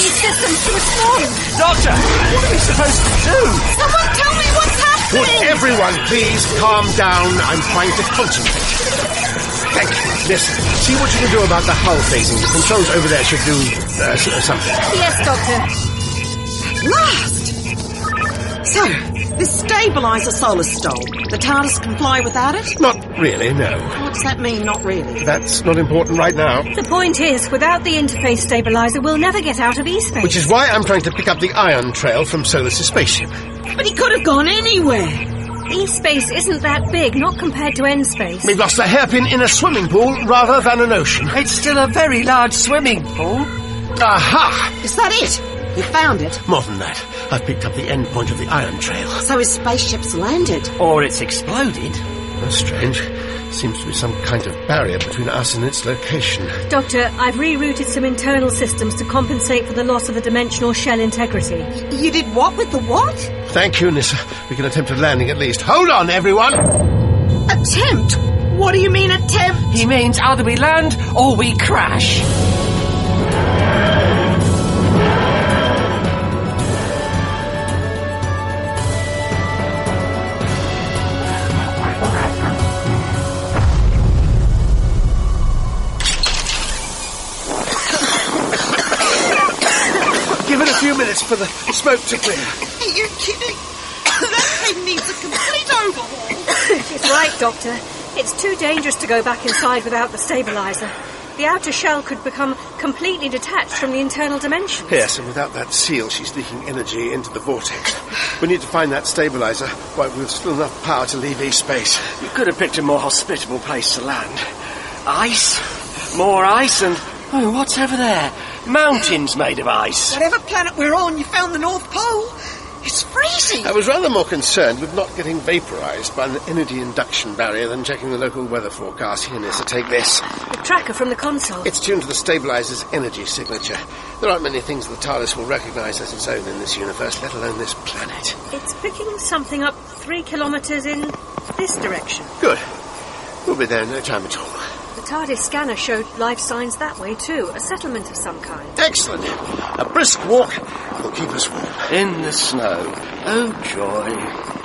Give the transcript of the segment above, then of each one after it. She was snoring. Doctor, what are we supposed to do? Someone tell me what's happening. Would everyone please calm down? I'm trying to concentrate. Thank you. Listen, see what you can do about the hull phasing. The controls over there should do uh, s- uh, something. Yes, Doctor. Last! So, this stabilizer solar stole. The TARDIS can fly without it? Not really, no. What does that mean, not really? That's not important right now. The point is, without the interface stabilizer, we'll never get out of E-space. Which is why I'm trying to pick up the ion trail from Solus's spaceship. But he could have gone anywhere. E-space isn't that big, not compared to N-space. We've lost a hairpin in a swimming pool rather than an ocean. It's still a very large swimming pool. Aha! Is that it? You Oh, found it. More than that, I've picked up the end point of the ion trail. So his spaceship's landed. Or it's exploded. That's strange. Seems to be some kind of barrier between us and its location. Doctor, I've rerouted some internal systems to compensate for the loss of the dimensional shell integrity. You did what with the what? Thank you, Nissa. We can attempt a landing at least. Hold on, everyone! Attempt? What do you mean attempt? He means either we land or we crash. Give it a few minutes for the smoke to clear. Are you kidding? that thing needs a complete overhaul. It's right, Doctor. It's too dangerous to go back inside without the stabilizer. The outer shell could become completely detached from the internal dimension. Yes, and without that seal, she's leaking energy into the vortex. We need to find that stabilizer while we've still enough power to leave E space. You could have picked a more hospitable place to land. Ice, more ice, and oh, what's over there? Mountains made of ice. Whatever planet we're on, you found the North Pole. It's freezing. I was rather more concerned with not getting vaporized by an energy induction barrier than checking the local weather forecast. Here, Nissa, take this. The tracker from the console. It's tuned to the stabilizer's energy signature. There aren't many things the TARDIS will recognize as its own in this universe, let alone this planet. It's picking something up three kilometers in this direction. Good. We'll be there in no time at all. The TARDIS scanner showed life signs that way too, a settlement of some kind. Excellent. A brisk walk will keep us warm. In the snow. Oh, joy.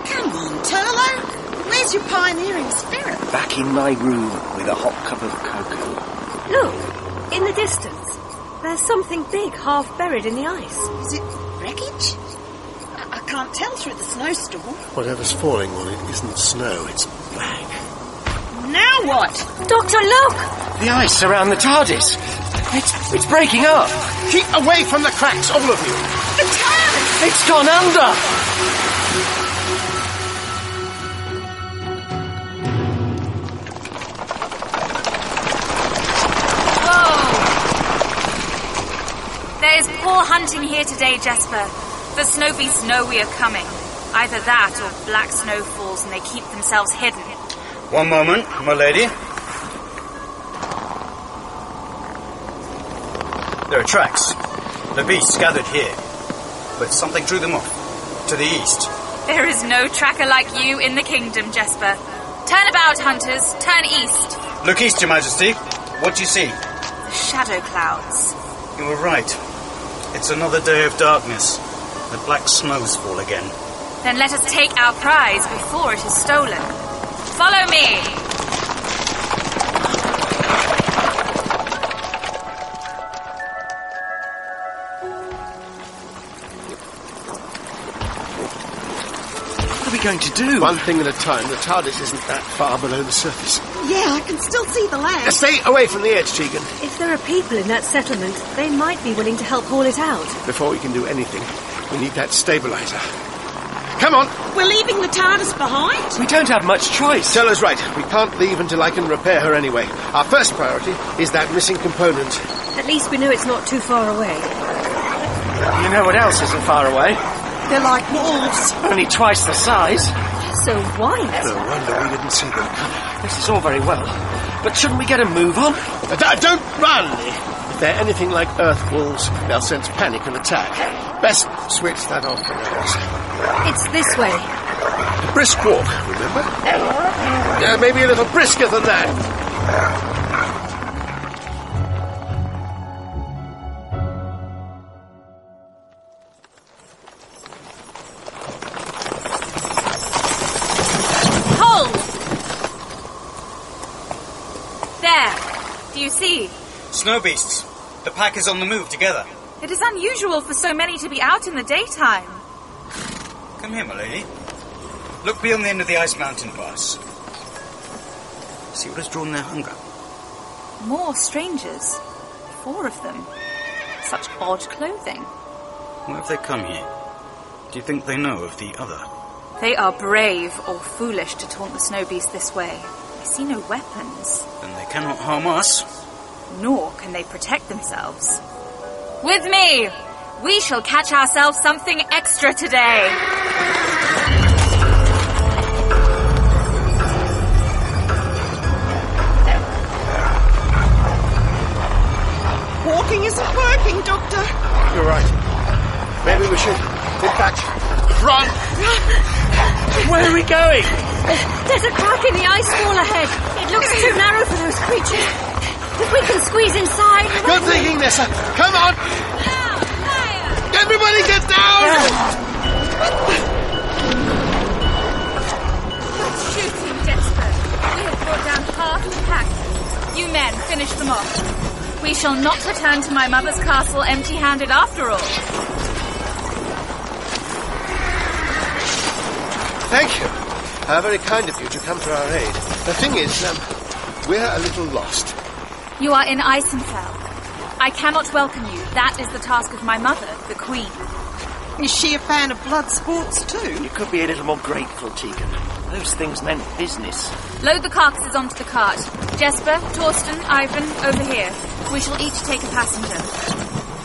Come on, Turlo. Where's your pioneering spirit? Back in my room with a hot cup of cocoa. Look, in the distance, there's something big half buried in the ice. Is it wreckage? I, I can't tell through the snowstorm. Whatever's falling on it isn't snow, it's black. Now what? Doctor, look! The ice around the TARDIS. It's, it's breaking up. Keep away from the cracks, all of you. The TARDIS! It's gone under. There's poor hunting here today, Jesper. The snow beasts know we are coming. Either that or black snow falls and they keep themselves hidden. One moment, my lady. There are tracks. The beasts gathered here. But something drew them off. To the east. There is no tracker like you in the kingdom, Jesper. Turn about, hunters. Turn east. Look east, Your Majesty. What do you see? Shadow clouds. You were right. It's another day of darkness. The black snows fall again. Then let us take our prize before it is stolen. Follow me. What are we going to do? One thing at a time, the TARDIS isn't that far below the surface. Yeah, I can still see the land. Stay away from the edge, Tegan. If there are people in that settlement, they might be willing to help haul it out. Before we can do anything, we need that stabilizer. Come on, We're leaving the TARDIS behind? We don't have much choice. Stella's right. We can't leave until I can repair her anyway. Our first priority is that missing component. At least we know it's not too far away. You know what else isn't far away? They're like wolves. Only twice the size. So No why? wonder we didn't see them coming. This is all very well, Oh, but shouldn't we get a move on? Uh, d- don't run! If they're anything like Earth wolves, they'll sense panic and attack. Best switch that off for now. It's this way. Brisk walk, remember? Yeah, maybe a little brisker than that. do you see? Snow beasts. The pack is on the move together. It is unusual for so many to be out in the daytime. Come here, my lady. Look beyond the end of the Ice Mountain Pass. See what has drawn their hunger. More strangers. Four of them. Such odd clothing. Why have they come here? Do you think they know of the other? They are brave or foolish to taunt the snow beast this way. I see no weapons, Then they cannot harm us. nor can they protect themselves. With me! We shall catch ourselves something extra today! Walking isn't working, Doctor. You're right. Maybe we should. In fact, run! Where are we going? There's a crack in the ice wall ahead. It looks too narrow for those creatures. If we can squeeze inside. Good thinking, Nessa. Come on! Everybody get down! Shooting, Jesper. We have brought down half the pack. You men, finish them off. We shall not return to my mother's castle empty handed after all. Thank you. How very kind of you to come to our aid. The thing is, um, we're a little lost. You are in Isenfell. I cannot welcome you. That is the task of my mother, the Queen. Is she a fan of blood sports too? You could be a little more grateful, Tegan. Those things meant business. Load the carcasses onto the cart. Jesper, Torsten, Ivan, over here. We shall each take a passenger.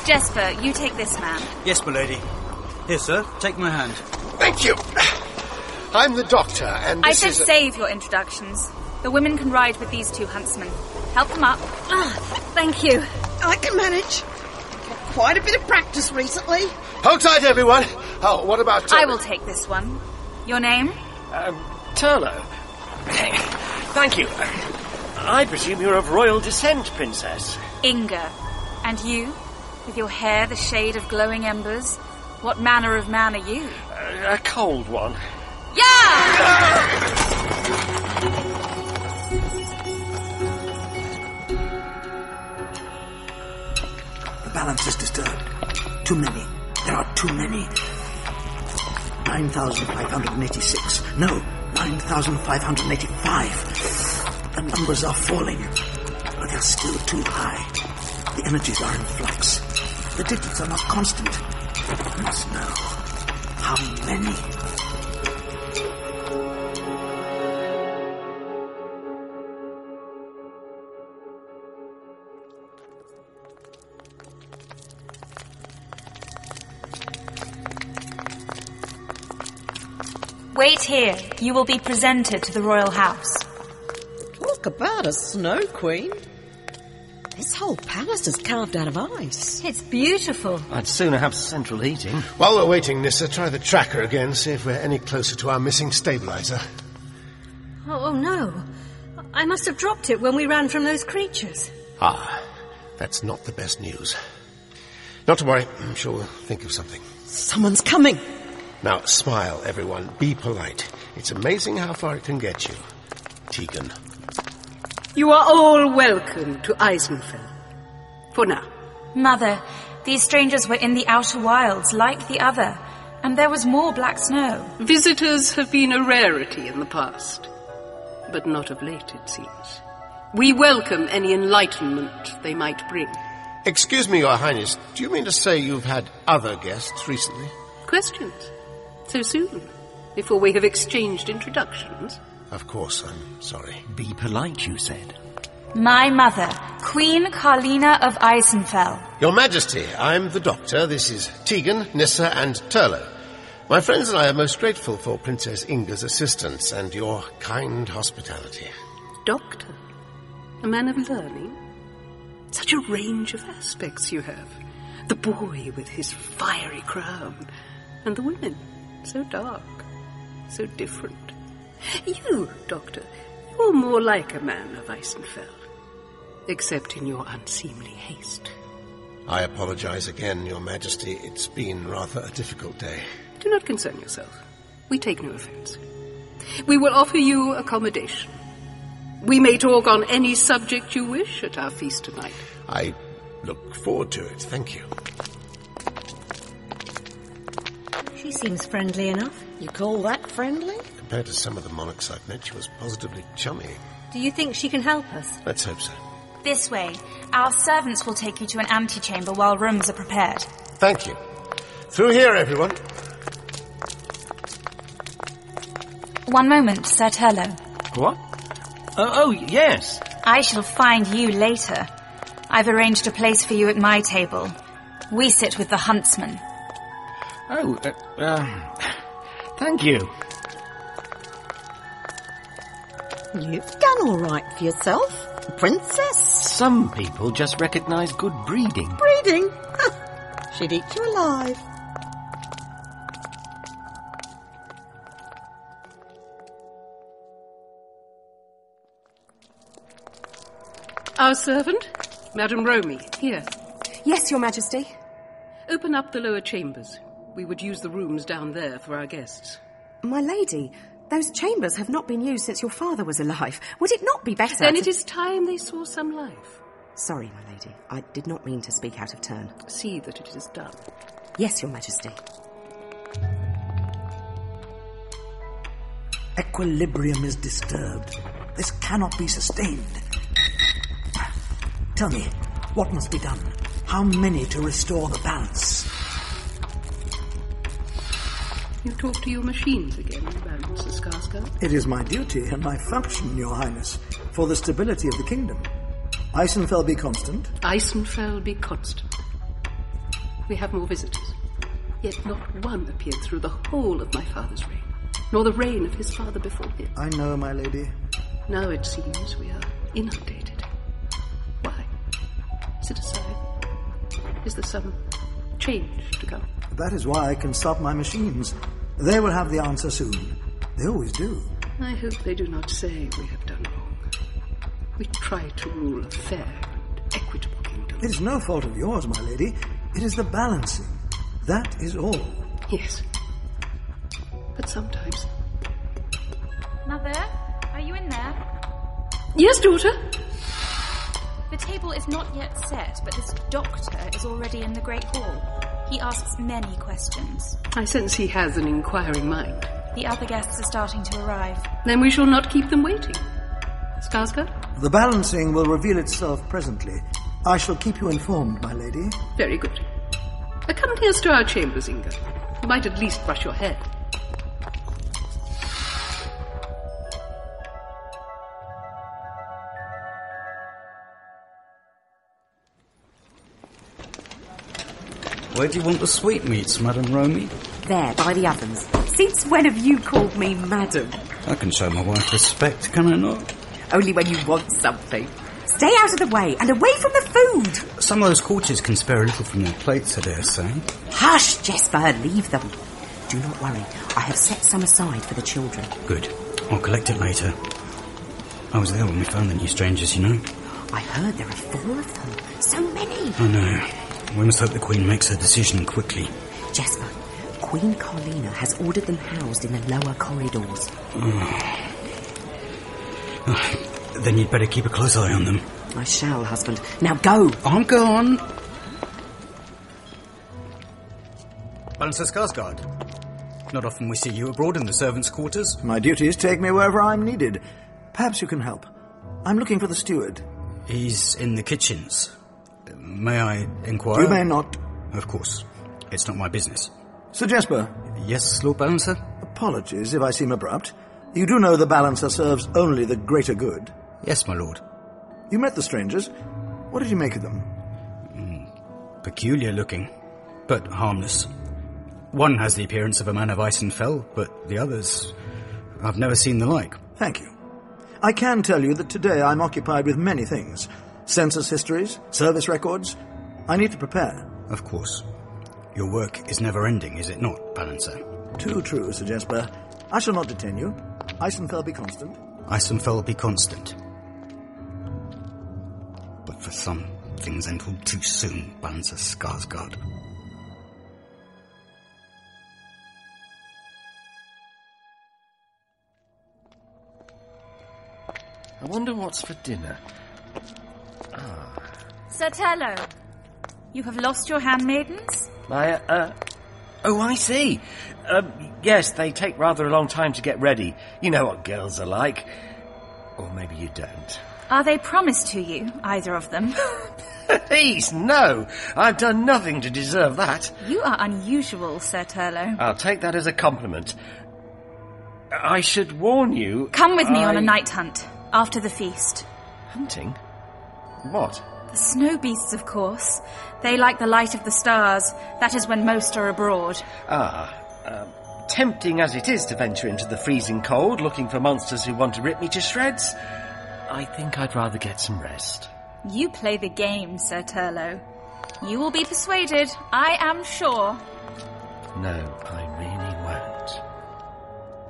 Jesper, you take this man. Yes, my lady. Here, sir. Take my hand. Thank you. I'm the doctor, and I this should is. a- save your introductions. The women can ride with these two huntsmen. Help them up. Ah, Thank you. I can manage. Quite a bit of practice recently. Hold tight, everyone. Oh, what about? I will take this one. Your name? Um, Turlo. Thank you. I presume you're of royal descent, Princess. Inga. And you? With your hair the shade of glowing embers? What manner of man are you? Uh, a cold one. Yeah! The balance is disturbed. Too many. There are too many. 9,586. No, 9,585. The numbers are falling, but they're still too high. The energies are in flux. The digits are not constant. I must know how many. Wait here. You will be presented to the royal house. Talk about a snow queen. This whole palace is carved out of ice. It's beautiful. I'd sooner have central heating. While we're waiting, Nissa, try the tracker again. See if we're any closer to our missing stabilizer. Oh, oh no. I must have dropped it when we ran from those creatures. Ah, that's not the best news. Not to worry. I'm sure we'll think of something. Someone's coming. Now, smile, everyone. Be polite. It's amazing how far it can get you. Tegan. You are all welcome to Eisenfeld. For now. Mother, these strangers were in the outer wilds like the other, and there was more black snow. Visitors have been a rarity in the past, but not of late, it seems. We welcome any enlightenment they might bring. Excuse me, Your Highness. Do you mean to say you've had other guests recently? Questions? So soon? Before we have exchanged introductions? Of course, I'm sorry. Be polite, you said. My mother, Queen Carlina of Eisenfell. Your Majesty, I'm the Doctor. This is Tegan, Nissa, and Turlo. My friends and I are most grateful for Princess Inga's assistance and your kind hospitality. Doctor, a man of learning. Such a range of aspects you have. The boy with his fiery crown, and the women, so dark, so different. You, Doctor, you're more like a man of Eisenfeld, except in your unseemly haste. I apologize again, Your Majesty. It's been rather a difficult day. Do not concern yourself. We take no offense. We will offer you accommodation. We may talk on any subject you wish at our feast tonight. I look forward to it. Thank you. She seems friendly enough. You call that friendly? Compared to some of the monarchs I've met, she was positively chummy. Do you think she can help us? Let's hope so. This way, our servants will take you to an antechamber while rooms are prepared. Thank you. Through here, everyone. One moment, Sir Turlo. What? Oh, oh yes. I shall find you later. I've arranged a place for you at my table. We sit with the huntsman. Oh, uh, um, thank you. You've done all right for yourself, princess. Some people just recognise good breeding. Breeding. She'd eat you alive. Our servant, Madame Romy, here. Yes, Your Majesty. Open up the lower chambers. We would use the rooms down there for our guests. My lady, those chambers have not been used since your father was alive. Would it not be better? Then to- it is time they saw some life. Sorry, my lady. I did not mean to speak out of turn. See that it is done. Yes, Your Majesty. Equilibrium is disturbed. This cannot be sustained. Tell me, what must be done? How many to restore the balance? You talk to your machines again, Baron Saskaska. It is my duty and my function, Your Highness, for the stability of the kingdom. Eisenfell be constant. Eisenfell be constant. We have more visitors. Yet not one appeared through the whole of my father's reign, nor the reign of his father before him. I know, my lady. Now it seems we are inundated. Why? Sit aside. Is there some change to come? That is why I consult my machines. They will have the answer soon. They always do. I hope they do not say we have done wrong. We try to rule a fair and equitable kingdom. It is no fault of yours, my lady. It is the balancing. That is all. Yes. But sometimes. Mother, are you in there? Yes, daughter? The table is not yet set, but this doctor is already in the great hall. He asks many questions. I sense he has an inquiring mind. The other guests are starting to arrive. Then we shall not keep them waiting. Skarsgård? The balancing will reveal itself presently. I shall keep you informed, my lady. Very good. Accompany us to our chambers, Inga. You might at least brush your hair. Where do you want the sweetmeats, Madame Romy? There, by the ovens. Since when have you called me madam? I can show my wife respect, can I not? Only when you want something. Stay out of the way and away from the food. Some of those courtiers can spare a little from their plates, I dare say. Hush, Jesper, leave them. Do not worry. I have set some aside for the children. Good. I'll collect it later. I was there when we found the new strangers, you know. I heard there are four of them. So many. I know. Oh, We must hope the Queen makes her decision quickly. Jesper, Queen Carlina has ordered them housed in the lower corridors. Oh. Then you'd better keep a close eye on them. I shall, husband. Now go. I'm gone. Baroness Skarsgård. Not often we see you abroad in the servants' quarters. My duties take me wherever I'm needed. Perhaps you can help. I'm looking for the steward. He's in the kitchens. May I inquire? You may not. Of course. It's not my business. Sir Jasper, Yes, Lord Balancer? apologies if I seem abrupt. You do know the balancer serves only the greater good. Yes, my lord. You met the strangers. What did you make of them? Peculiar looking, but harmless. One has the appearance of a man of ice and fell, but the others. I've never seen the like. Thank you. I can tell you that today I'm occupied with many things census histories, service records. I need to prepare. Of course. Your work is never ending, is it not, Balancer? Too true, Sir Jasper. I shall not detain you. Eisenfell be constant. Isenfell be constant. But for some, things end all too soon, Balancer Skarsgård. I wonder what's for dinner. Ah. Satello, you have lost your handmaidens? My, uh, uh, oh, I see. Um, yes, they take rather a long time to get ready. You know what girls are like. Or maybe you don't. Are they promised to you, either of them? Please, no. I've done nothing to deserve that. you are unusual, Serturlo. I'll take that as a compliment. I should warn you. Come with me on a I- night hunt after the feast. Hunting? What? The snow beasts, of course. They like the light of the stars. That is when most are abroad. Ah, um, tempting as it is to venture into the freezing cold looking for monsters who want to rip me to shreds, I think I'd rather get some rest. You play the game, Sir Turlo. You will be persuaded, I am sure. No, I really won't.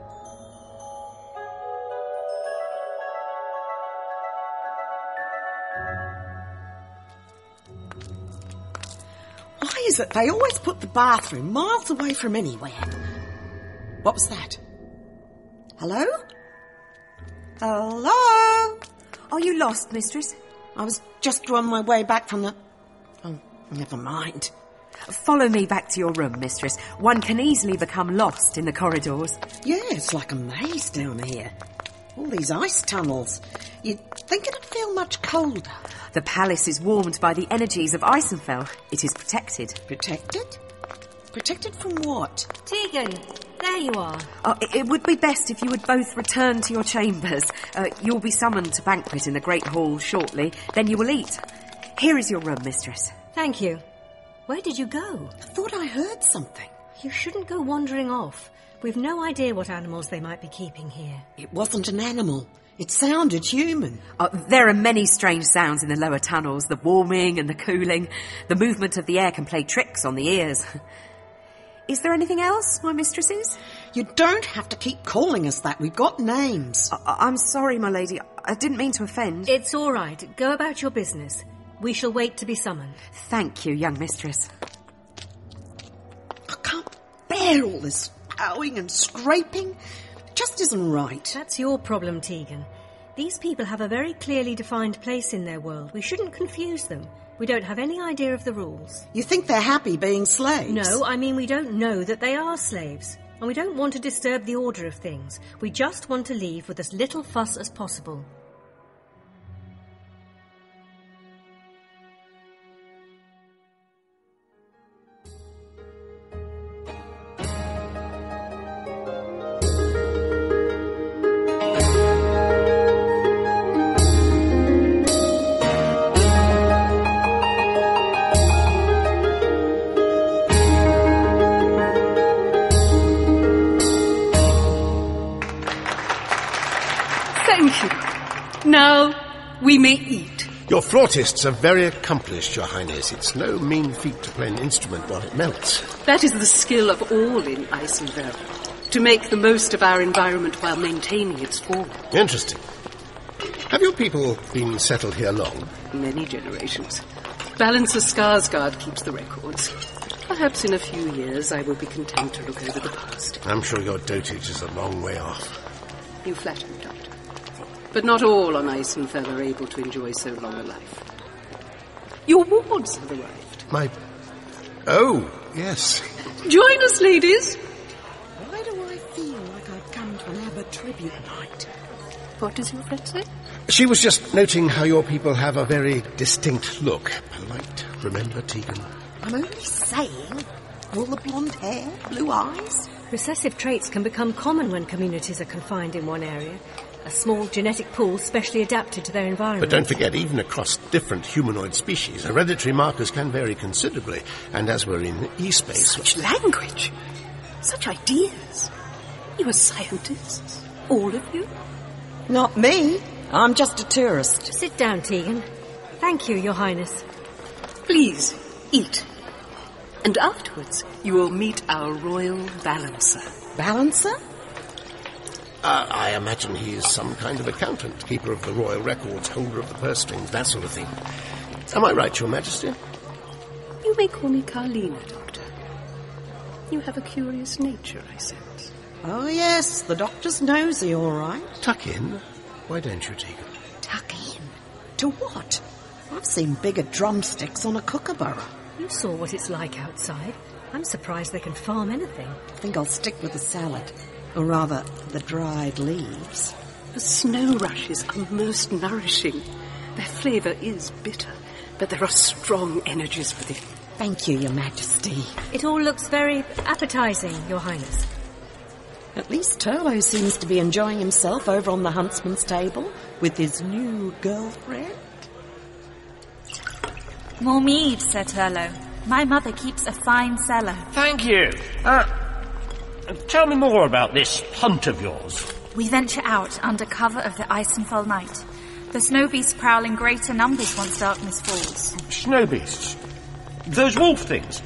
Why is it they always put the bathroom miles away from anywhere? What was that? Hello? Hello? Are you lost, mistress? I was just on my way back from the. Oh, never mind. Follow me back to your room, mistress. One can easily become lost in the corridors. Yeah, it's like a maze down here. All these ice tunnels. You'd think it'd feel much colder. The palace is warmed by the energies of Isenfell. It is protected. Protected? Protected from what? Tegan, there you are. Uh, it- it would be best if you would both return to your chambers. Uh, you'll be summoned to banquet in the Great Hall shortly. Then you will eat. Here is your room, mistress. Thank you. Where did you go? I thought I heard something. You shouldn't go wandering off. We've no idea what animals they might be keeping here. It wasn't an animal. It sounded human. Uh, there are many strange sounds in the lower tunnels the warming and the cooling. The movement of the air can play tricks on the ears. Is there anything else, my mistresses? You don't have to keep calling us that. We've got names. I- I- I'm sorry, my lady. I didn't mean to offend. It's all right. Go about your business. We shall wait to be summoned. Thank you, young mistress. I can't bear all this bowing and scraping. It just isn't right. That's your problem, Tegan. These people have a very clearly defined place in their world. We shouldn't confuse them. We don't have any idea of the rules. You think they're happy being slaves? No, I mean, we don't know that they are slaves. And we don't want to disturb the order of things. We just want to leave with as little fuss as possible. Thank you. Now we may eat. Your flautists are very accomplished, Your Highness. It's no mean feat to play an instrument while it melts. That is the skill of all in Isenberg. To make the most of our environment while maintaining its form. Interesting. Have your people been settled here long? Many generations. Balancer Skarsgård keeps the records. Perhaps in a few years I will be content to look over the past. I'm sure your dotage is a long way off. You flatter me, Doctor. But not all on Isenfell are able to enjoy so long a life. Your wards have arrived. My. Oh, yes. Join us, ladies. Why do I feel like I've come to an ABBA tribute night? What does your friend say? She was just noting how your people have a very distinct look. Polite, remember, Tegan? I'm only saying. All the blonde hair, blue eyes. Recessive traits can become common when communities are confined in one area, a small genetic pool specially adapted to their But environment. don't forget, even across different humanoid species, hereditary markers can vary considerably. And as we're in e-space, Such language. Such ideas. You are scientists. All of you. Not me. I'm just a tourist. Sit down, Tegan. Thank you, Your Highness. Please, eat. And afterwards, you will meet our royal balancer. Balancer? uh, I imagine he is some kind of accountant, keeper of the royal records, holder of the purse strings, that sort of thing. Am I right, Your Majesty? You may call me Carlina, Doctor. You have a curious nature, I sense. Oh, yes. The doctor's nosy, all right. Tuck in. Why don't you, Tegan? To what? I've seen bigger drumsticks on a kookaburra. You saw what it's like outside. I'm surprised they can farm anything. I think I'll stick with the salad. Or rather, the dried leaves. The snow rushes are most nourishing. Their flavour is bitter, but there are strong energies within. Thank you, Your Majesty. It all looks very appetizing, Your Highness. At least Turlo seems to be enjoying himself over on the huntsman's table with his new girlfriend. More mead, Sir Turlo. My mother keeps a fine cellar. Thank you. Uh, tell me more about this hunt of yours. We venture out under cover of the Isenfell night. The snow beasts prowl in greater numbers once darkness falls. Snow beasts. Those wolf things.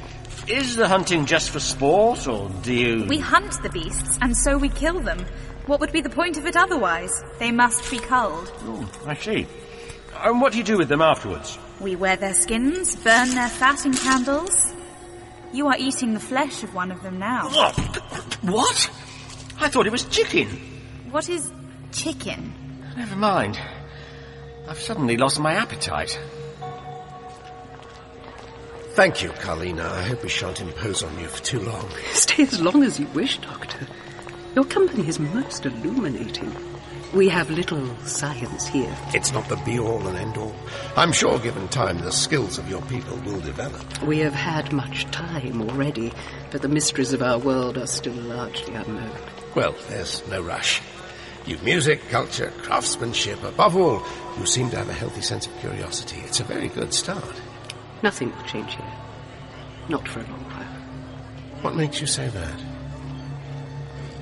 Is the hunting just for sport, or do you. We hunt the beasts, and so we kill them. What would be the point of it otherwise? They must be culled. Oh, I see. And what do you do with them afterwards? We wear their skins, burn their fat in candles. You are eating the flesh of one of them now. What? What? I thought it was chicken. What is chicken? Never mind. I've suddenly lost my appetite. Thank you, Carlina. I hope we shan't impose on you for too long. Stay as long as you wish, Doctor. Your company is most illuminating. We have little science here. It's not the be all and end all. I'm sure, given time, the skills of your people will develop. We have had much time already, but the mysteries of our world are still largely unknown. Well, there's no rush. You've music, culture, craftsmanship. Above all, you seem to have a healthy sense of curiosity. It's a very good start. Nothing will change here. Not for a long while. What makes you say that?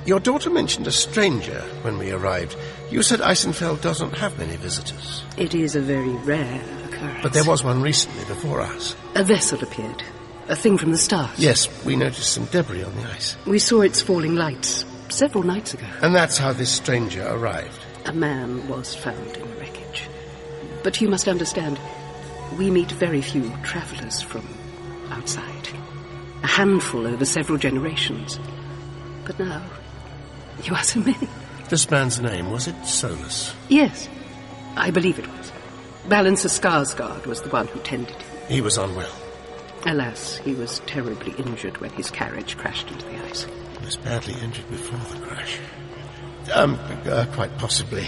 Your daughter mentioned a stranger when we arrived. You said Eisenfeld doesn't have many visitors, It is a very rare occurrence. but there was one recently before us. A vessel appeared. A thing from the stars. Yes, we noticed some debris on the ice. We saw its falling lights several nights ago. And that's how this stranger arrived. A man was found in the wreckage. But you must understand, we meet very few travellers from outside. A handful over several generations. But now, you are so many. This man's name, was it Solus? Yes, I believe it was. Balancer Skarsgård was the one who tended him. He was unwell. Alas, he was terribly injured when his carriage crashed into the ice. He was badly injured before the crash. Um, uh, quite possibly.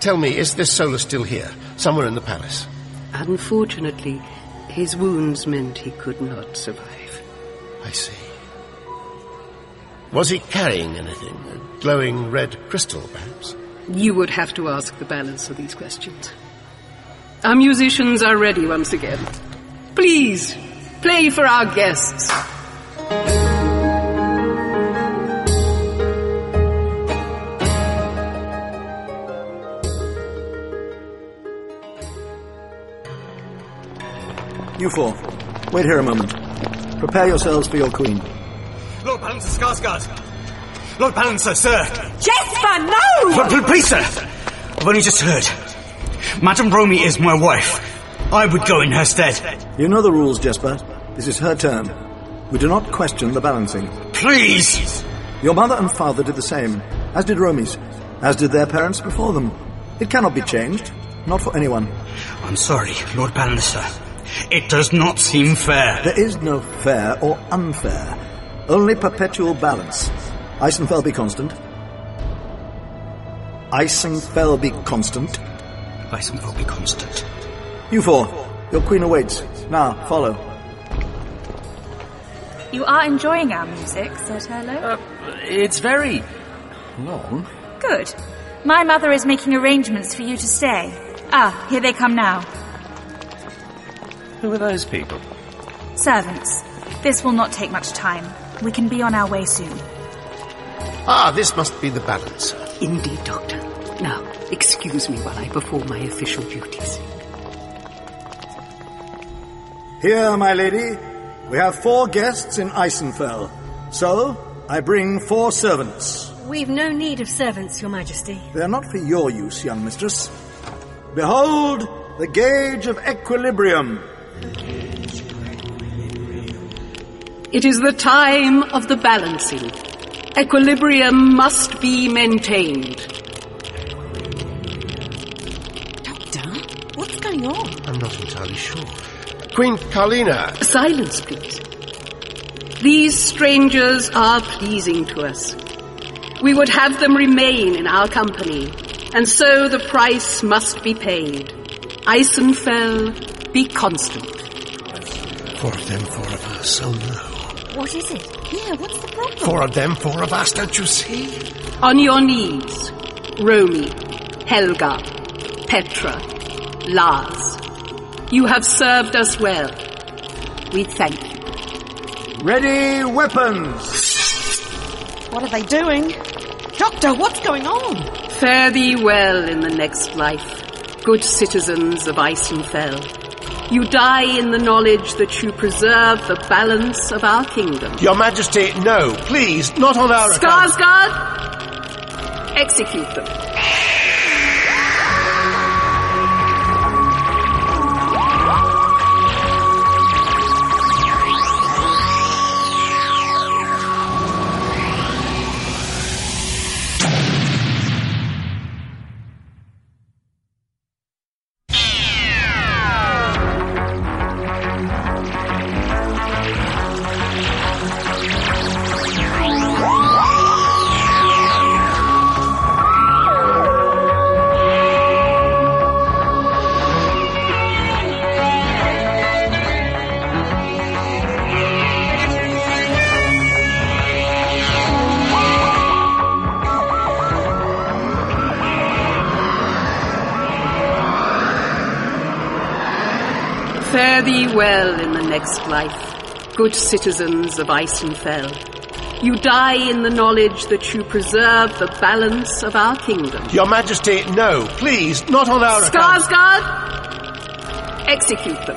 Tell me, is this Solus still here? Somewhere in the palace? Unfortunately, his wounds meant he could not survive. I see. Was he carrying anything? A glowing red crystal, perhaps? You would have to ask the balance of these questions. Our musicians are ready once again. Please, play for our guests. You four, wait here a moment. Prepare yourselves for your queen. Lord Balancer Skarsgård! Lord Balancer, sir! Jesper, no! But, but please, sir! I've only just heard. Madame Romy is my wife. I would go in her stead. You know the rules, Jesper. This is her turn. We do not question the balancing. Please! Your mother and father did the same, as did Romy's, as did their parents before them. It cannot be changed, not for anyone. I'm sorry, Lord Balancer. It does not seem fair. There is no fair or unfair, only perpetual balance. Eisenfell be constant. Eisenfell be constant. I somehow be constant. You four, your queen awaits. Now, follow. You are enjoying our music, Sir Turlo? Uh, It's very. long. Good. My mother is making arrangements for you to stay. Ah, here they come now. Who are those people? Servants. This will not take much time. We can be on our way soon. Ah, this must be the balancer. Indeed, Doctor. Now, excuse me while I perform my official duties. Here, my lady, we have four guests in Eisenfell. So, I bring four servants. We've no need of servants, Your Majesty. They are not for your use, young mistress. Behold the gauge of equilibrium. It is the time of the balancing. Equilibrium must be maintained. Doctor? going on? I'm not entirely sure. Queen Carlina. Silence, please. These strangers are pleasing to us. We would have them remain in our company, and so the price must be paid. Isenfell, be constant. Four of them, four of us. Oh no. What is it? Yeah, what's the problem? Four of them, four of us, don't you see? On your knees, Romy, Helga, Petra, Lars. You have served us well. We thank you. Ready weapons! What are they doing? Doctor, what's going on? Fare thee well in the next life, good citizens of Isenfell. You die in the knowledge that you preserve the balance of our kingdom. Your Majesty, no, please, not on our account. Skarsgård! Execute them. Fare thee well in the next life, good citizens of Isenfell. You die in the knowledge that you preserve the balance of our kingdom. Your Majesty, no, please, not on our account. Skarsgård! Execute them.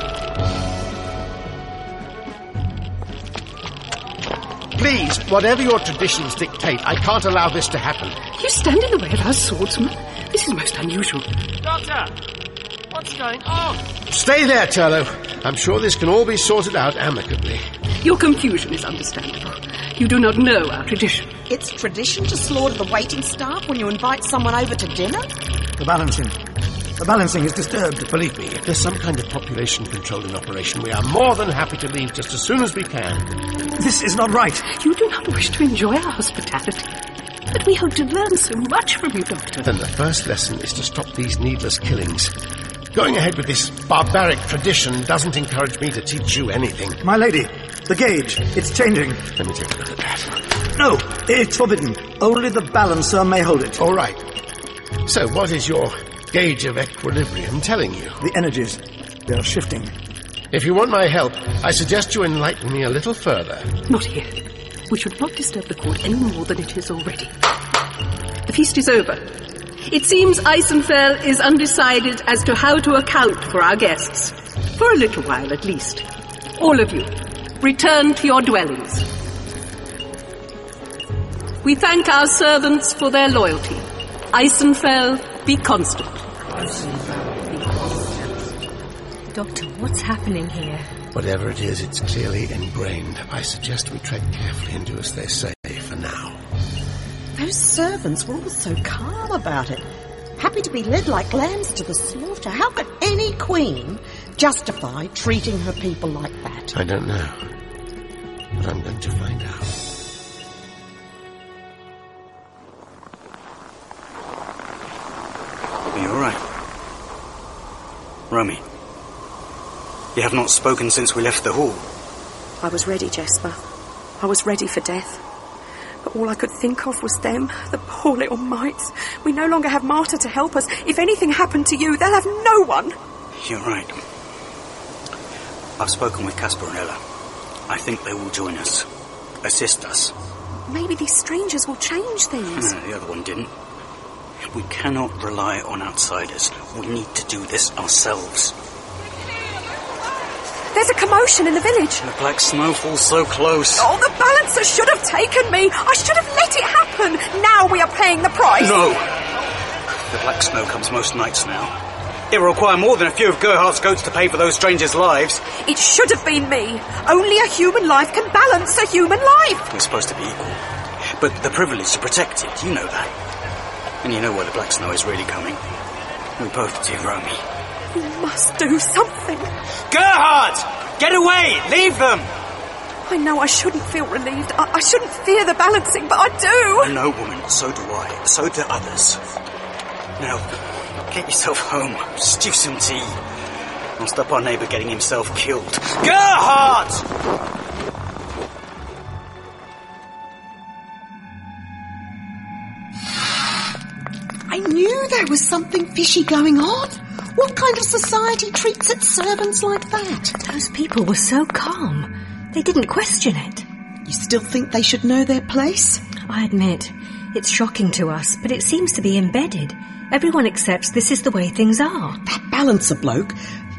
Please, whatever your traditions dictate, I can't allow this to happen. You stand in the way of our swordsman? This is most unusual. Doctor! What's going on? Stay there, Turlo. I'm sure this can all be sorted out amicably. Your confusion is understandable. You do not know our tradition. It's tradition to slaughter the waiting staff when you invite someone over to dinner? The balancing. The balancing is disturbed. Believe me, if there's some kind of population control in operation, we are more than happy to leave just as soon as we can. This is not right. You do not wish to enjoy our hospitality. But we hope to learn so much from you, Doctor. Then the first lesson is to stop these needless killings. Going ahead with this barbaric tradition doesn't encourage me to teach you anything. My lady, the gauge, it's changing. Let me take a look at that. No, it's forbidden. Only the balancer may hold it. All right. So, what is your gauge of equilibrium telling you? The energies, they are shifting. If you want my help, I suggest you enlighten me a little further. Not here. We should not disturb the court any more than it is already. The feast is over. It seems Isenfell is undecided as to how to account for our guests. For a little while, at least. All of you, return to your dwellings. We thank our servants for their loyalty. Isenfell, be constant. Doctor, what's happening here? Whatever it is, it's clearly ingrained. I suggest we tread carefully and do as they say for now. Those servants were all so calm about it. Happy to be led like lambs to the slaughter. How could any queen justify treating her people like that? I don't know, but I'm going to find out. Are you all right? Romy, you have not spoken since we left the hall. I was ready, Jasper. I was ready for death. But all I could think of was them, the poor little mites. We no longer have Marta to help us. If anything happened to you, they'll have no one. You're right. I've spoken with Casper and Ella. I think they will join us, assist us. Maybe these strangers will change things. No, the other one didn't. We cannot rely on outsiders. We need to do this ourselves. There's a commotion in the village. The black snow falls so close. Oh, the balancer should have taken me. I should have let it happen. Now we are paying the price. No! The black snow comes most nights now. It will require more than a few of Gerhard's goats to pay for those strangers' lives. It should have been me. Only a human life can balance a human life. We're supposed to be equal. But the privilege to protect it, you know that. And you know why the black snow is really coming. We both do, Romy. You must do something. Gerhard! Get away! Leave them! I know I shouldn't feel relieved. I, I shouldn't fear the balancing, but I do. No, woman, so do I. So do others. Now, get yourself home, stew some tea, and stop our neighbour getting himself killed. Gerhard! I knew there was something fishy going on. What kind of society treats its servants like that? Those people were so calm. They didn't question it. You still think they should know their place? I admit, it's shocking to us, but it seems to be embedded. Everyone accepts this is the way things are. That balancer bloke,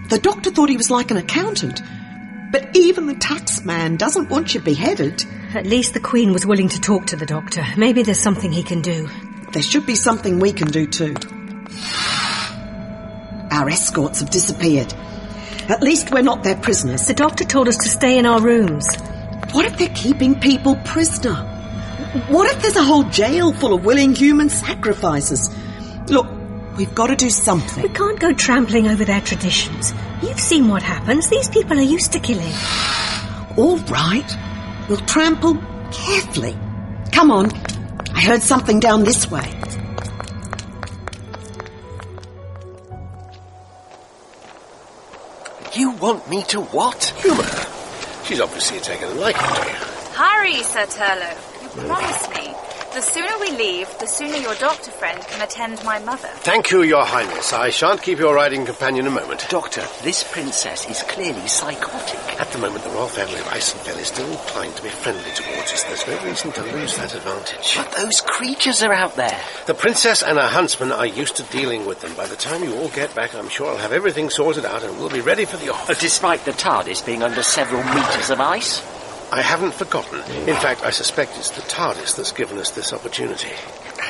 the doctor thought he was like an accountant. But even the tax man doesn't want you beheaded. At least the Queen was willing to talk to the doctor. Maybe there's something he can do. There should be something we can do too. Our escorts have disappeared. At least we're not their prisoners. The doctor told us to stay in our rooms. What if they're keeping people prisoner? What if there's a whole jail full of willing human sacrifices? Look, we've got to do something. We can't go trampling over their traditions. You've seen what happens. These people are used to killing. All right. We'll trample carefully. Come on. I heard something down this way. You want me to what? Humour. She's obviously taken a liking to you. Hurry, Sir Turlo. You promised me. The sooner we leave, the sooner your doctor friend can attend my mother. Thank you, Your Highness. I shan't keep your riding companion a moment. Doctor, this princess is clearly psychotic. At the moment, the royal family of Eisenfell is still inclined to be friendly towards us. There's no reason to lose that advantage. But those creatures are out there. The princess and her huntsman are used to dealing with them. By the time you all get back, I'm sure I'll have everything sorted out and we'll be ready for the Uh, off. Despite the TARDIS being under several meters of ice, I haven't forgotten. In fact, I suspect it's the TARDIS that's given us this opportunity.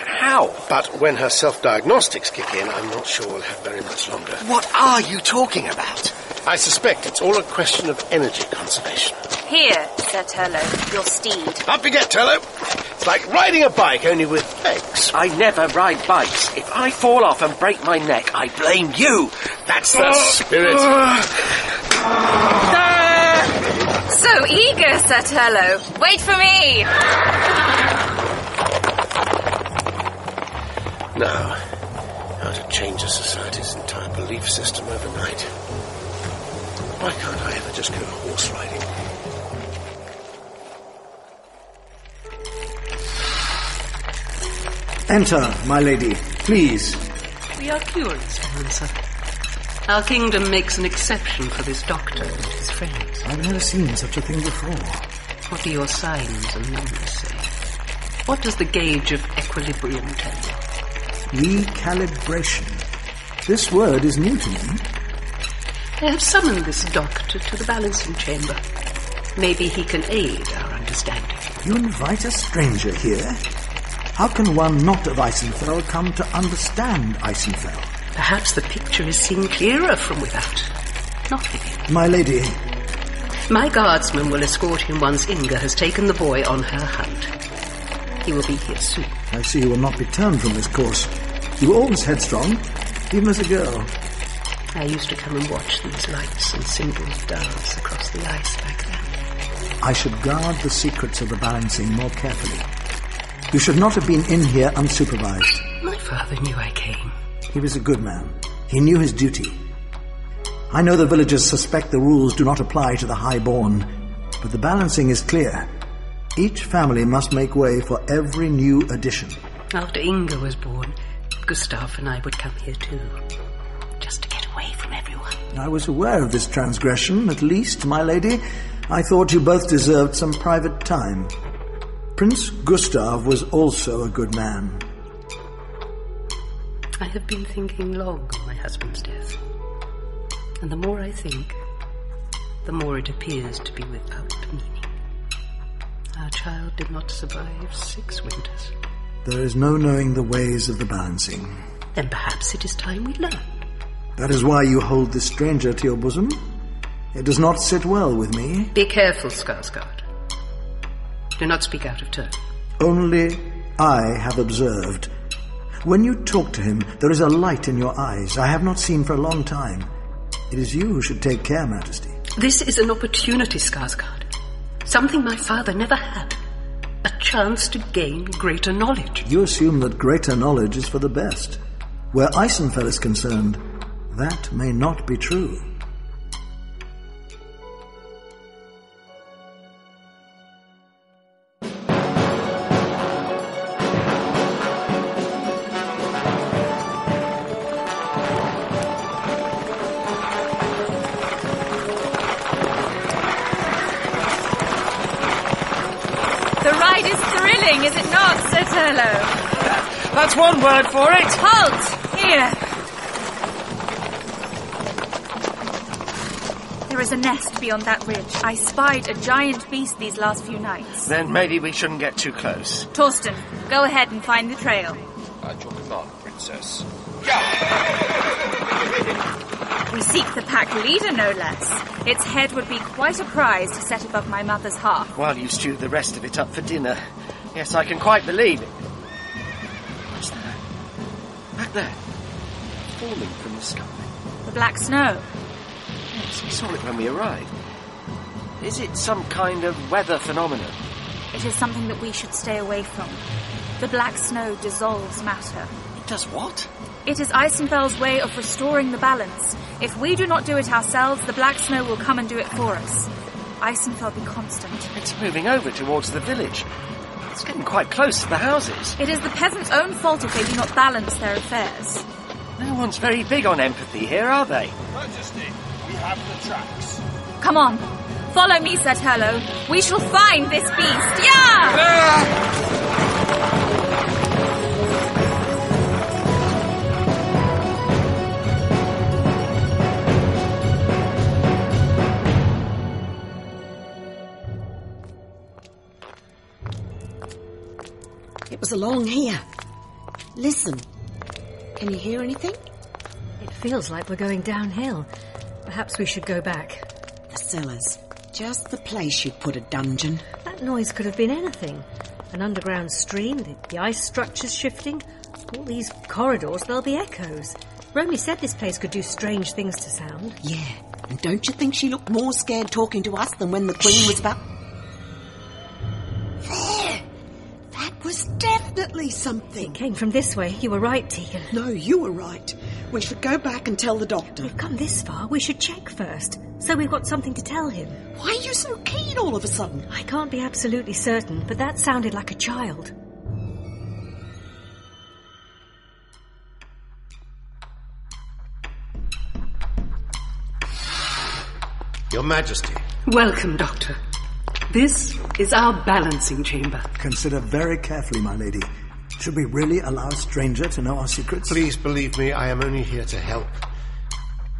how? But when her self-diagnostics kick in, I'm not sure we'll have very much longer. What are you talking about? I suspect it's all a question of energy conservation. Here, Sir Turlo, your steed. Up you get, Turlo. It's like riding a bike, only with legs. I never ride bikes. If I fall off and break my neck, I blame you. That's the spirit. So eager, Sir Turlo. Wait for me. Now, how to change a society's entire belief system overnight. Why can't I ever just go horse riding? Enter, my lady, please. We are curious, Balancer. Our kingdom makes an exception for this doctor and his friends. I've never seen such a thing before. What do your signs and numbers say? What does the gauge of equilibrium tell you? Recalibration. This word is new to me. They have summoned this doctor to the balancing chamber. Maybe he can aid our understanding. You invite a stranger here? How can one not of Eisenfell come to understand Eisenfell? Perhaps the picture is seen clearer from without, not within. My lady, My guardsman will escort him once Inga has taken the boy on her hunt. He will be here soon. I see you will not be turned from this course. You were always headstrong, even as a girl. I used to come and watch these lights and symbols dance across the ice back then. I should guard the secrets of the balancing more carefully. You should not have been in here unsupervised. My father knew I came. He was a good man. He knew his duty. I know the villagers suspect the rules do not apply to the highborn, but the balancing is clear. Each family must make way for every new addition. After Inga was born, Gustav and I would come here too, just to get away from everyone. I was aware of this transgression, at least, my lady. I thought you both deserved some private time. Prince Gustav was also a good man. I have been thinking long on my husband's death. And the more I think, the more it appears to be without meaning. Our child did not survive six winters. There is no knowing the ways of the balancing. Then perhaps it is time we learn. That is why you hold this stranger to your bosom. It does not sit well with me. Be careful, Skarsgård. Do not speak out of turn. Only I have observed. When you talk to him, there is a light in your eyes I have not seen for a long time. It is you who should take care, Majesty. This is an opportunity, Skarsgård. Something my father never had. A chance to gain greater knowledge. You assume that greater knowledge is for the best. Where Eisenfell is concerned, that may not be true. The ride is thrilling, is it not, Sir Turlo? That's one word for it. Halt! Here. There is a nest beyond that ridge. I spied a giant beast these last few nights. Then maybe we shouldn't get too close. Torsten, go ahead and find the trail. I took it on, Princess. We seek the pack leader, no less. Its head would be quite a prize to set above my mother's hearth. While you stew the rest of it up for dinner. Yes, I can quite believe it. What's that? Back there. Falling from the sky. The black snow. Yes, we saw it when we arrived. Is it some kind of weather phenomenon? It is something that we should stay away from. The black snow dissolves matter. It does what? It is Eisenfell's way of restoring the balance. If we do not do it ourselves, the black snow will come and do it for us. Eisenfell be constant. It's moving over towards the village. It's getting quite close to the houses. It is the peasants' own fault if they do not balance their affairs. No one's very big on empathy here, are they? Majesty, we have the tracks. Come on, follow me, Sertello. We shall find this beast. Yeah! It was along here. Listen. Can you hear anything? It feels like we're going downhill. Perhaps we should go back. The cellars. Just the place you'd put a dungeon. That noise could have been anything. An underground stream, the, the ice structures shifting, all these corridors, there'll be echoes. Romy said this place could do strange things to sound. Yeah. And don't you think she looked more scared talking to us than when the Queen was about. There! That was definitely something. It came from this way. You were right, Tegan. No, you were right. We should go back and tell the doctor. We've come this far. We should check first, so we've got something to tell him. Why are you so keen all of a sudden? I can't be absolutely certain, but that sounded like a child. Your Majesty. Welcome, Doctor. This is our balancing chamber. Consider very carefully, my lady. Should we really allow a stranger to know our secrets? Please believe me, I am only here to help.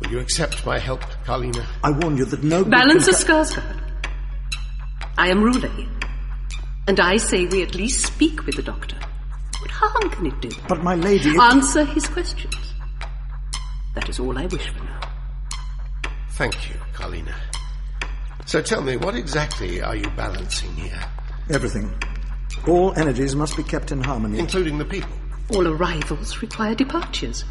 Will you accept my help, Carlina? I warn you that no. Balancer Skarsgård. I am ruler here. And I say we at least speak with the doctor. What harm can it do? But my lady. it- Answer his questions. That is all I wish for now. Thank you, Carlina. So tell me, what exactly are you balancing here? Everything. All energies must be kept in harmony. Including the people. All arrivals require departures.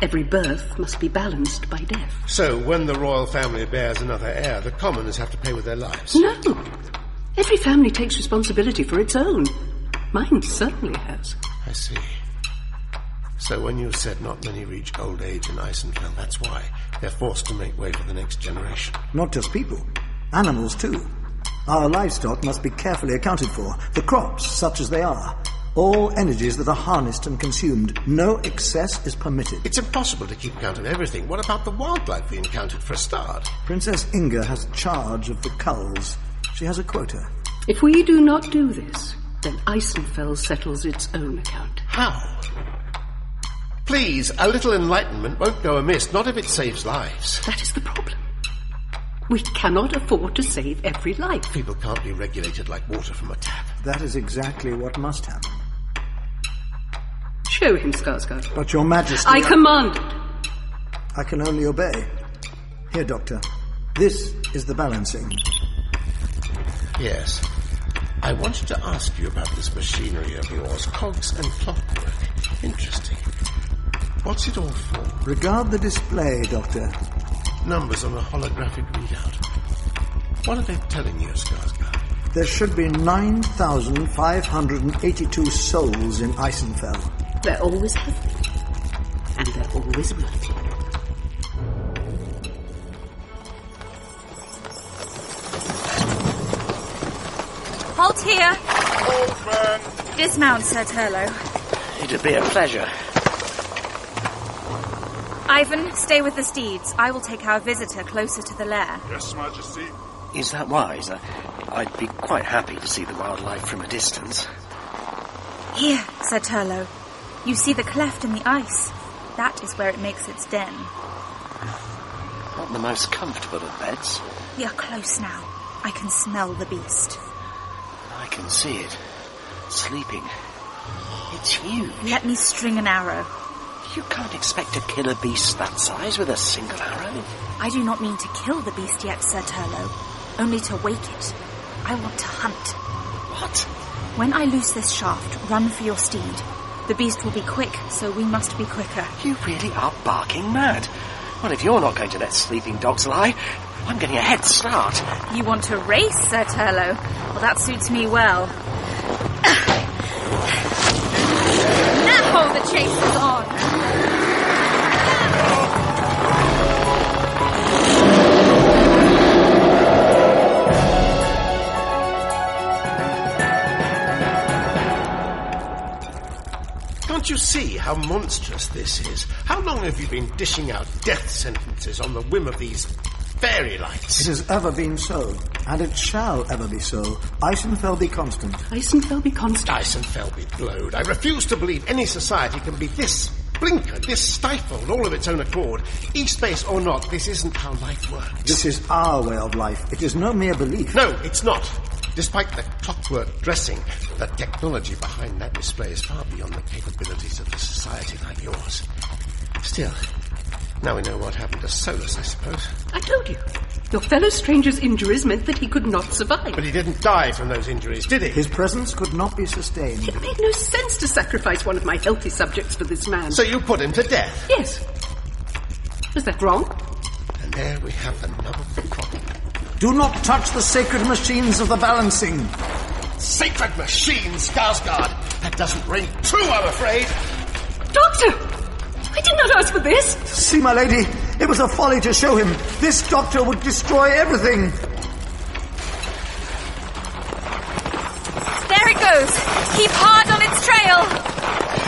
Every birth must be balanced by death. So, when the royal family bears another heir, the commoners have to pay with their lives. No! Every family takes responsibility for its own. Mine certainly has. I see. So, when you said not many reach old age in Isenfell, that's why they're forced to make way for the next generation. Not just people, animals too. Our livestock must be carefully accounted for, the crops, such as they are. All energies that are harnessed and consumed, no excess is permitted. It's impossible to keep count of everything. What about the wildlife we encountered for a start? Princess Inga has charge of the culls. She has a quota. If we do not do this, then Eisenfell settles its own account. How? Please, a little enlightenment won't go amiss, not if it saves lives. That is the problem. We cannot afford to save every life. People can't be regulated like water from a tap. That is exactly what must happen. Show him, Skarsgård. But your majesty. I command. I can only obey. Here, Doctor. This is the balancing. Yes. I wanted to ask you about this machinery of yours, cogs and clockwork. Interesting. What's it all for? Regard the display, Doctor. numbers on the holographic readout. What are they telling you, Skarsgård? There should be 9,582 souls in Eisenfell. There always have been. And there always will be. Halt here. Dismount, Sir Turlo. It'd be a pleasure. Ivan, stay with the steeds. I will take our visitor closer to the lair. Yes, Majesty. Is that wise? I, I'd be quite happy to see the wildlife from a distance. Here, Sir Turlo. You see the cleft in the ice. That is where it makes its den. Not the most comfortable of beds. We are close now. I can smell the beast. I can see it. Sleeping. It's huge. Let me string an arrow. You can't expect to kill a beast that size with a single arrow. I do not mean to kill the beast yet, Sir Turlo, only to wake it. I want to hunt. What? When I loose this shaft, run for your steed. The beast will be quick, so we must be quicker. You really are barking mad. Well, if you're not going to let sleeping dogs lie, I'm getting a head start. You want to race, Sir Turlo? Well, that suits me well. now the chase is on. Can't you see how monstrous this is? How long have you been dishing out death sentences on the whim of these fairy lights? It has ever been so, and it shall ever be so. Eisenfell be constant. Eisenfell be constant. Eisenfell be blowed. I refuse to believe any society can be this blinkered, this stifled, all of its own accord. East base or not, this isn't how life works. This is our way of life. It is no mere belief. No, it's not. Despite the clockwork dressing, the technology behind that display is far beyond the capabilities of a society like yours. Still, now we know what happened to Solus, I suppose. I told you. Your fellow stranger's injuries meant that he could not survive. But he didn't die from those injuries, did he? His presence could not be sustained. It made no sense to sacrifice one of my healthy subjects for this man. So you put him to death. Yes. Is that wrong? And there we have the nub of the problem. Do not touch the sacred machines of the balancing. Sacred machine, Skarsgård! That doesn't ring true, I'm afraid. Doctor! I did not ask for this! See, my lady, it was a folly to show him. This doctor would destroy everything. There it goes. Keep hard on its trail.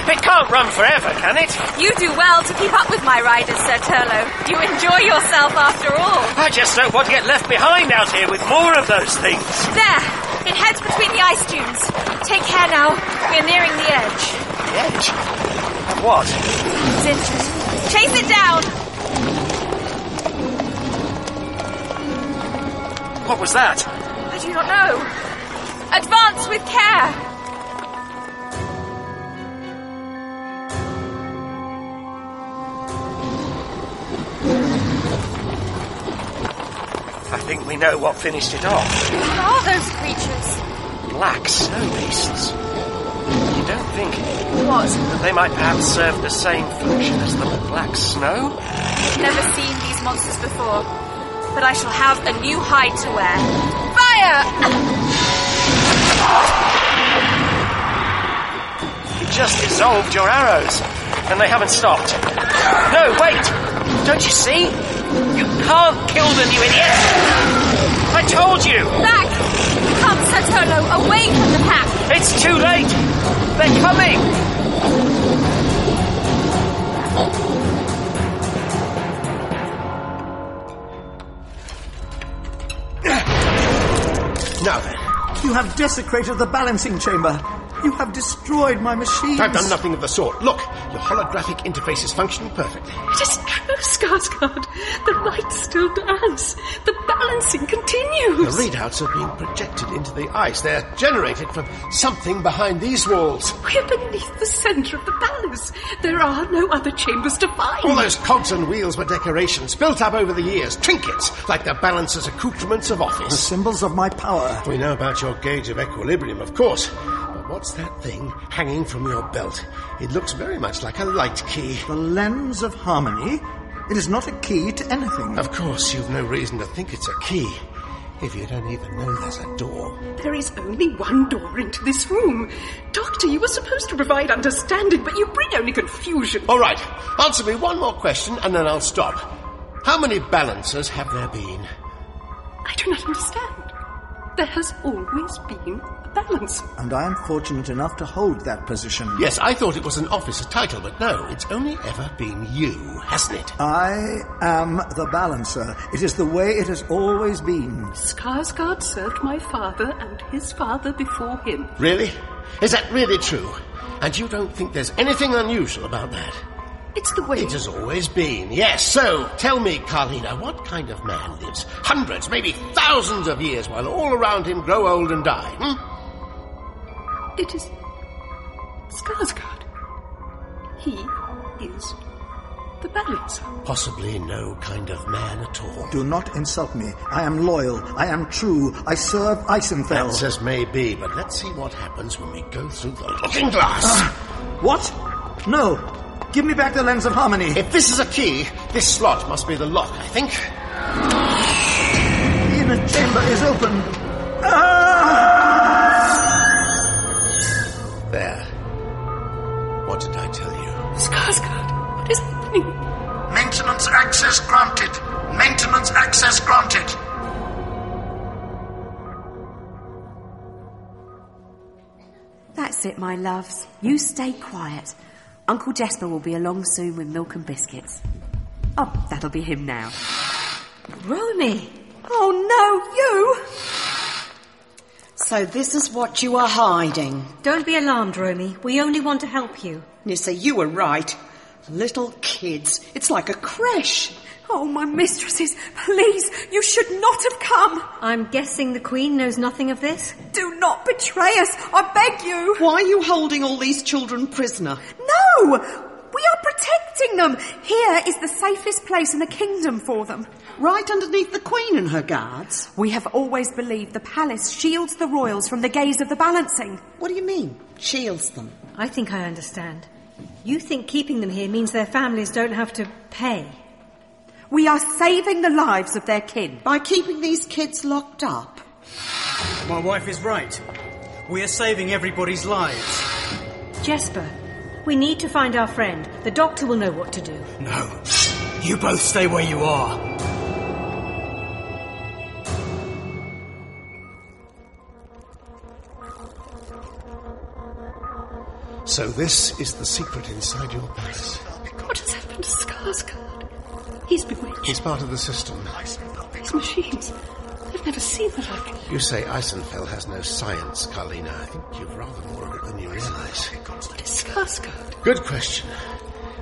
It can't run forever, can it? You do well to keep up with my riders, Sir Turlo. You enjoy yourself after all. I just don't want to get left behind out here with more of those things. There! It heads between the ice dunes. Take care now. We're nearing the edge. The edge? And what? It's inches. Chase it down! What was that? I do not know. Advance with care! I think we know what finished it off. What are those creatures? Black snow beasts. You don't think What? that they might perhaps serve the same function as the black snow? Never seen these monsters before. But I shall have a new hide to wear. Fire! You just dissolved your arrows, and they haven't stopped. No, wait! Don't you see? You can't kill them, you idiot! I told you! Back! Come, Sertolo, away from the pack! It's too late! They're coming! Now then, You have desecrated the balancing chamber. You have destroyed my machines. I've done nothing of the sort. Look, your holographic interface is functioning perfectly. It is true, Skarsgård. The lights still dance. The balancing The continues. readouts are being projected into the ice. They're generated from something behind these walls. We are beneath the centre of the palace. There are no other chambers to find. All those cogs and wheels were decorations built up over the years, trinkets like the balancer's accoutrements of The office. symbols of my power. We know about your gauge of equilibrium, of course. But what's that thing hanging from your belt? It looks very much like a light key. The lens of harmony It is not a key to anything. Of course, you've no reason to think it's a key if you don't even know there's a door. There is only one door into this room. Doctor, you were supposed to provide understanding, but you bring only confusion. All right, answer me one more question and then I'll stop. How many balancers have there been? I do not understand. There has always been a balance. And I am fortunate enough to hold that position. Yes, I thought it was an officer title, but no, it's only ever been you, hasn't it? I am the balancer. It is the way it has always been. Skarsgård served my father and his father before him. Really? Is that really true? And you don't think there's anything unusual about that? It's the way. It has always been, yes. So, tell me, Carlina, what kind of man lives hundreds, maybe thousands of years while all around him grow old and die? Hmm? It is Skarsgård. He is the balancer. Possibly no kind of man at all. Do not insult me. I am loyal. I am true. I serve Eisenfeld. Answers may be, but let's see what happens when we go through the looking glass. Ah, what? No. Give me back the lens of harmony. If this is a key, this slot must be the lock, I think. The inner chamber is open. Ah! There. What did I tell you? Skarsgård, what is happening? Maintenance access granted. Maintenance access granted. That's it, my loves. You stay quiet. Uncle Jasper will be along soon with milk and biscuits. Oh, that'll be him now. Romy! Oh no, you! So this is what you are hiding. Don't be alarmed, Romy. We only want to help you. Nissa, you were right. Little kids. It's like a crash. Oh, my mistresses, please, you should not have come. I'm guessing the Queen knows nothing of this. Do not betray us, I beg you. Why are you holding all these children prisoner? No! We are protecting them. Here is the safest place in the kingdom for them. Right underneath the Queen and her guards? We have always believed the palace shields the royals from the gaze of the balancing. What do you mean? Shields them? I think I understand. You think keeping them here means their families don't have to pay. We are saving the lives of their kin. By keeping these kids locked up? My wife is right. We are saving everybody's lives. Jesper, we need to find our friend. The doctor will know what to do. No. You both stay where you are. So this is the secret inside your palace. What has happened to Skarsgård? He's bewitched. It's part of the system. These machines. I've never seen the like. You say Eisenfeld has no science, Carlina. I think you've rather more of it than you realize. What is Skarsgård? Good question.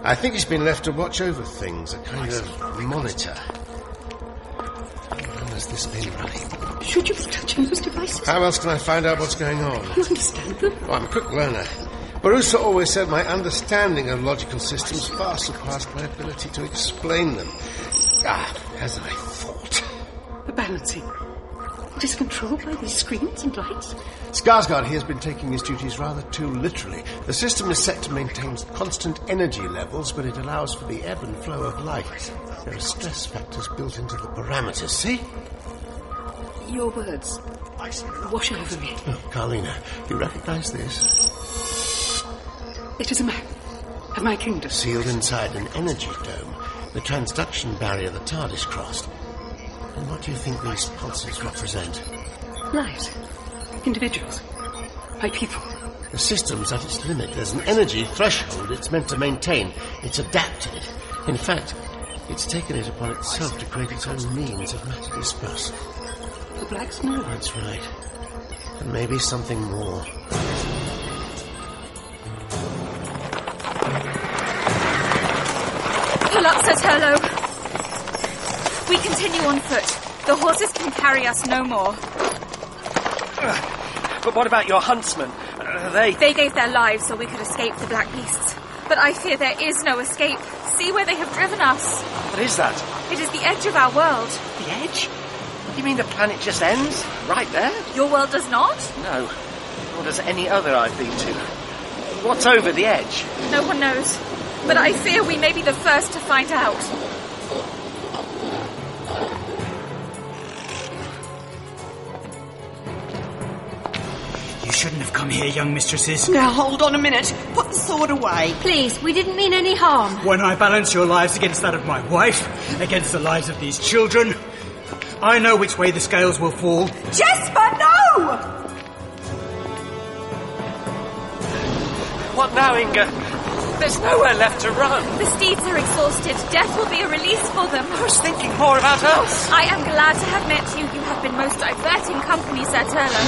I think he's been left to watch over things, a kind of monitor. How long has this been running? Should you be touching those devices? How else can I find out what's going on? You understand them? Oh, I'm a quick learner. Barusa always said my understanding of logical systems far surpassed my ability to explain them. Ah, as I thought. The balancing. It is controlled by these screens and lights. Skarsgård here has been taking his duties rather too literally. The system is set to maintain constant energy levels, but it allows for the ebb and flow of light. There are stress factors built into the parameters, see? Your words wash over me. Oh, Carlina, you recognize this? It is a map of my kingdom. Sealed inside an energy dome, the transduction barrier the TARDIS crossed. And what do you think these pulses represent? Lives. Individuals. My people. The system's at its limit. There's an energy threshold it's meant to maintain. It's adapted. In fact, it's taken it upon itself to create its own means of matter dispersal. The black snow. That's right. And maybe something more. Pull up, Sotelo. We continue on foot. The horses can carry us no more. But what about your huntsmen? Uh, they. They gave their lives so we could escape the black beasts. But I fear there is no escape. See where they have driven us. What is that? It is the edge of our world. The edge? You mean the planet just ends? Right there? Your world does not? No. Nor does any other I've been to. What's over the edge? No one knows. But I fear we may be the first to find out. You shouldn't have come here, young mistresses. Now hold on a minute. Put the sword away. Please, we didn't mean any harm. When I balance your lives against that of my wife, against the lives of these children, I know which way the scales will fall. Jesper, no! What now, Inga? There's nowhere left to run. The steeds are exhausted. Death will be a release for them. I was thinking more about us. I am glad to have met you. You have been most diverting company, Sir Turlo.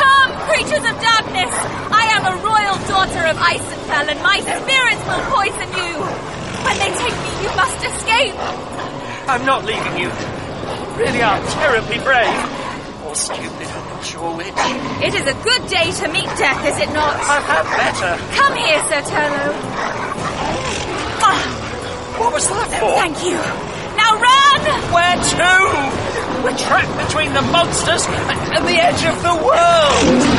Come, creatures of darkness! I am a royal daughter of Isenfell, and my spirits will poison you! When they take me, you must escape! I'm not leaving you. You really are terribly brave. Or stupid, I'm not sure which. It is a good day to meet death, is it not? I've had better. Come here, Sir Turlo. Ah, What was that for? thank you. Now run! Where to? We're trapped between the monsters and, and the edge of the world.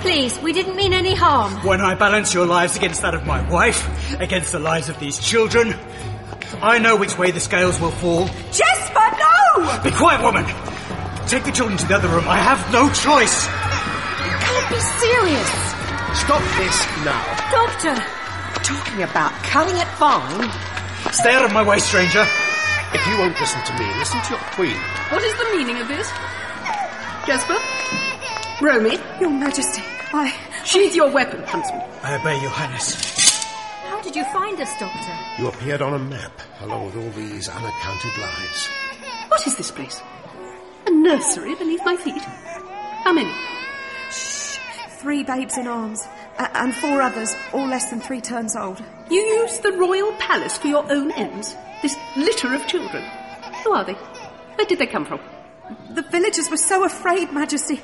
Please, we didn't mean any harm. When I balance your lives against that of my wife, against the lives of these children, I know which way the scales will fall. Jesper, no! Be quiet, woman! Take the children to the other room. I have no choice. Can't be serious. Stop this now. Doctor! Talking about cutting it fine. Stay out of my way, stranger. If you won't listen to me, listen to your queen. What is the meaning of this? Jesper? Romy? Your Majesty, I. Sheathe your weapon, huntsman. I obey your highness. How did you find us, Doctor? You appeared on a map along with all these unaccounted lives. What is this place? A nursery beneath my feet? How many? Three babes in arms, a- and four others, all less than three turns old. You use the royal palace for your own ends. This litter of children. Who are they? Where did they come from? The villagers were so afraid, Majesty.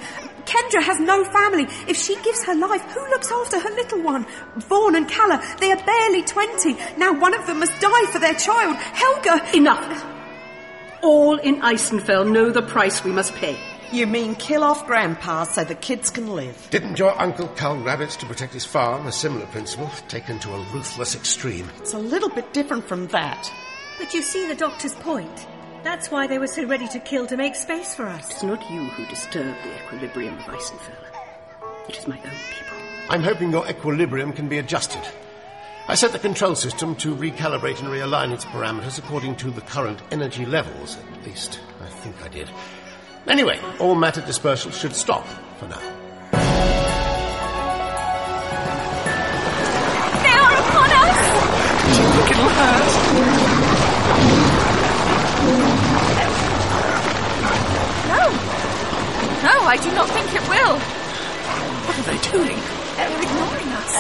Kendra has no family. If she gives her life, who looks after her little one? Vaughan and Calla, they are barely twenty. Now one of them must die for their child. Helga! Enough! All in Isenfell know the price we must pay. You mean kill off Grandpa so the kids can live? Didn't your uncle cull rabbits to protect his farm? A similar principle taken to a ruthless extreme. It's a little bit different from that. But you see the doctor's point. That's why they were so ready to kill to make space for us. It's not you who disturb the equilibrium of Isenfell. It is my own people. I'm hoping your equilibrium can be adjusted. I set the control system to recalibrate and realign its parameters according to the current energy levels, at least. I think I did. Anyway, all matter dispersal should stop for now. They are upon us! It'll hurt. No! No, I do not think it will. What are they doing? They're ignoring us.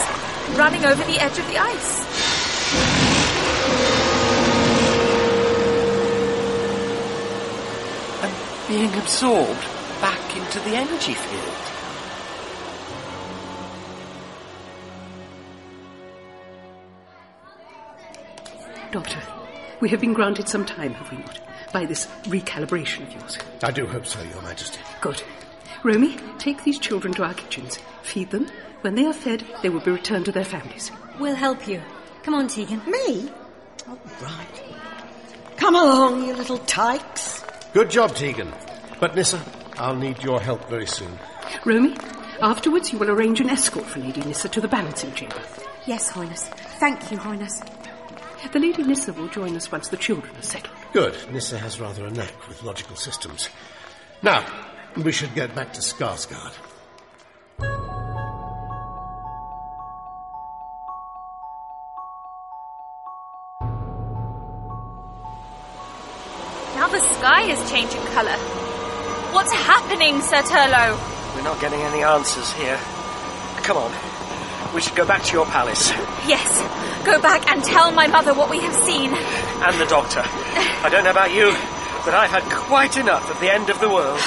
Running over the edge of the ice. Being absorbed back into the energy field. Doctor, we have been granted some time, have we not? By this recalibration of yours. I do hope so, Your Majesty. Good. Romy, take these children to our kitchens. Feed them. When they are fed, they will be returned to their families. We'll help you. Come on, Tegan. Me? All right. Come along, you little tykes. Good job, Tegan. But Nissa, I'll need your help very soon. Romy, afterwards you will arrange an escort for Lady Nissa to the balancing chamber. Yes, Highness. Thank you, Highness. The Lady Nissa will join us once the children are settled. Good. Nissa has rather a knack with logical systems. Now, we should get back to Skarsgård. fire's changing colour. What's happening, Sir Turlo? We're not getting any answers here. Come on. We should go back to your palace. Yes, go back and tell my mother what we have seen. And the doctor. I don't know about you, but I've had quite enough of the end of the world.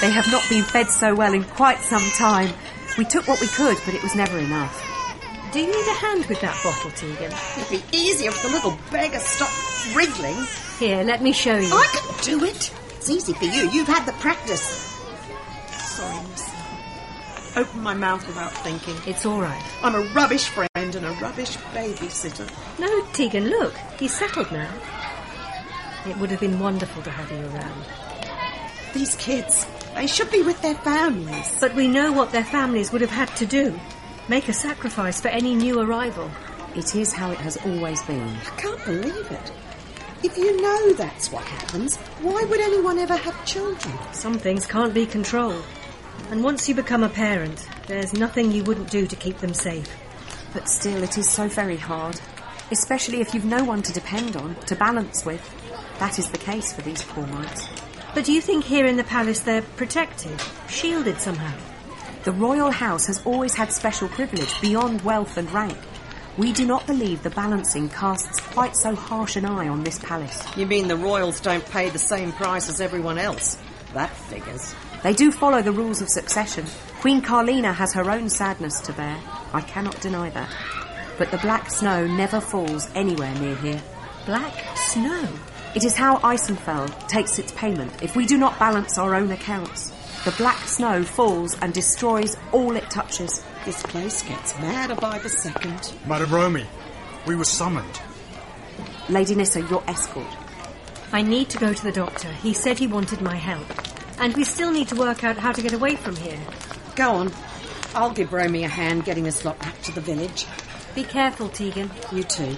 They have not been fed so well in quite some time. We took what we could, but it was never enough. Do you need a hand with that bottle, Tegan? It'd be easier if the little beggar stopped wriggling. Here, let me show you. I can do it. It's easy for you. You've had the practice. Sorry, miss. Open my mouth without thinking. It's all right. I'm a rubbish friend and a rubbish babysitter. No, Tegan, look. He's settled now. It would have been wonderful to have you around. These kids, they should be with their families. But we know what their families would have had to do make a sacrifice for any new arrival. It is how it has always been. I can't believe it. If you know that's what happens, why would anyone ever have children? Some things can't be controlled. And once you become a parent, there's nothing you wouldn't do to keep them safe. But still, it is so very hard, especially if you've no one to depend on, to balance with. That is the case for these poor mites. But do you think here in the palace they're protected, shielded somehow? The royal house has always had special privilege beyond wealth and rank. We do not believe the balancing casts quite so harsh an eye on this palace. You mean the royals don't pay the same price as everyone else? That figures. They do follow the rules of succession. Queen Carlina has her own sadness to bear. I cannot deny that. But the black snow never falls anywhere near here. Black snow? It is how Isenfell takes its payment if we do not balance our own accounts. The black snow falls and destroys all it touches. This place gets madder by the second. Madam Romy, we were summoned. Lady Nissa, your escort. I need to go to the doctor. He said he wanted my help. And we still need to work out how to get away from here. Go on. I'll give Romy a hand getting this lot back to the village. Be careful, Tegan. You too.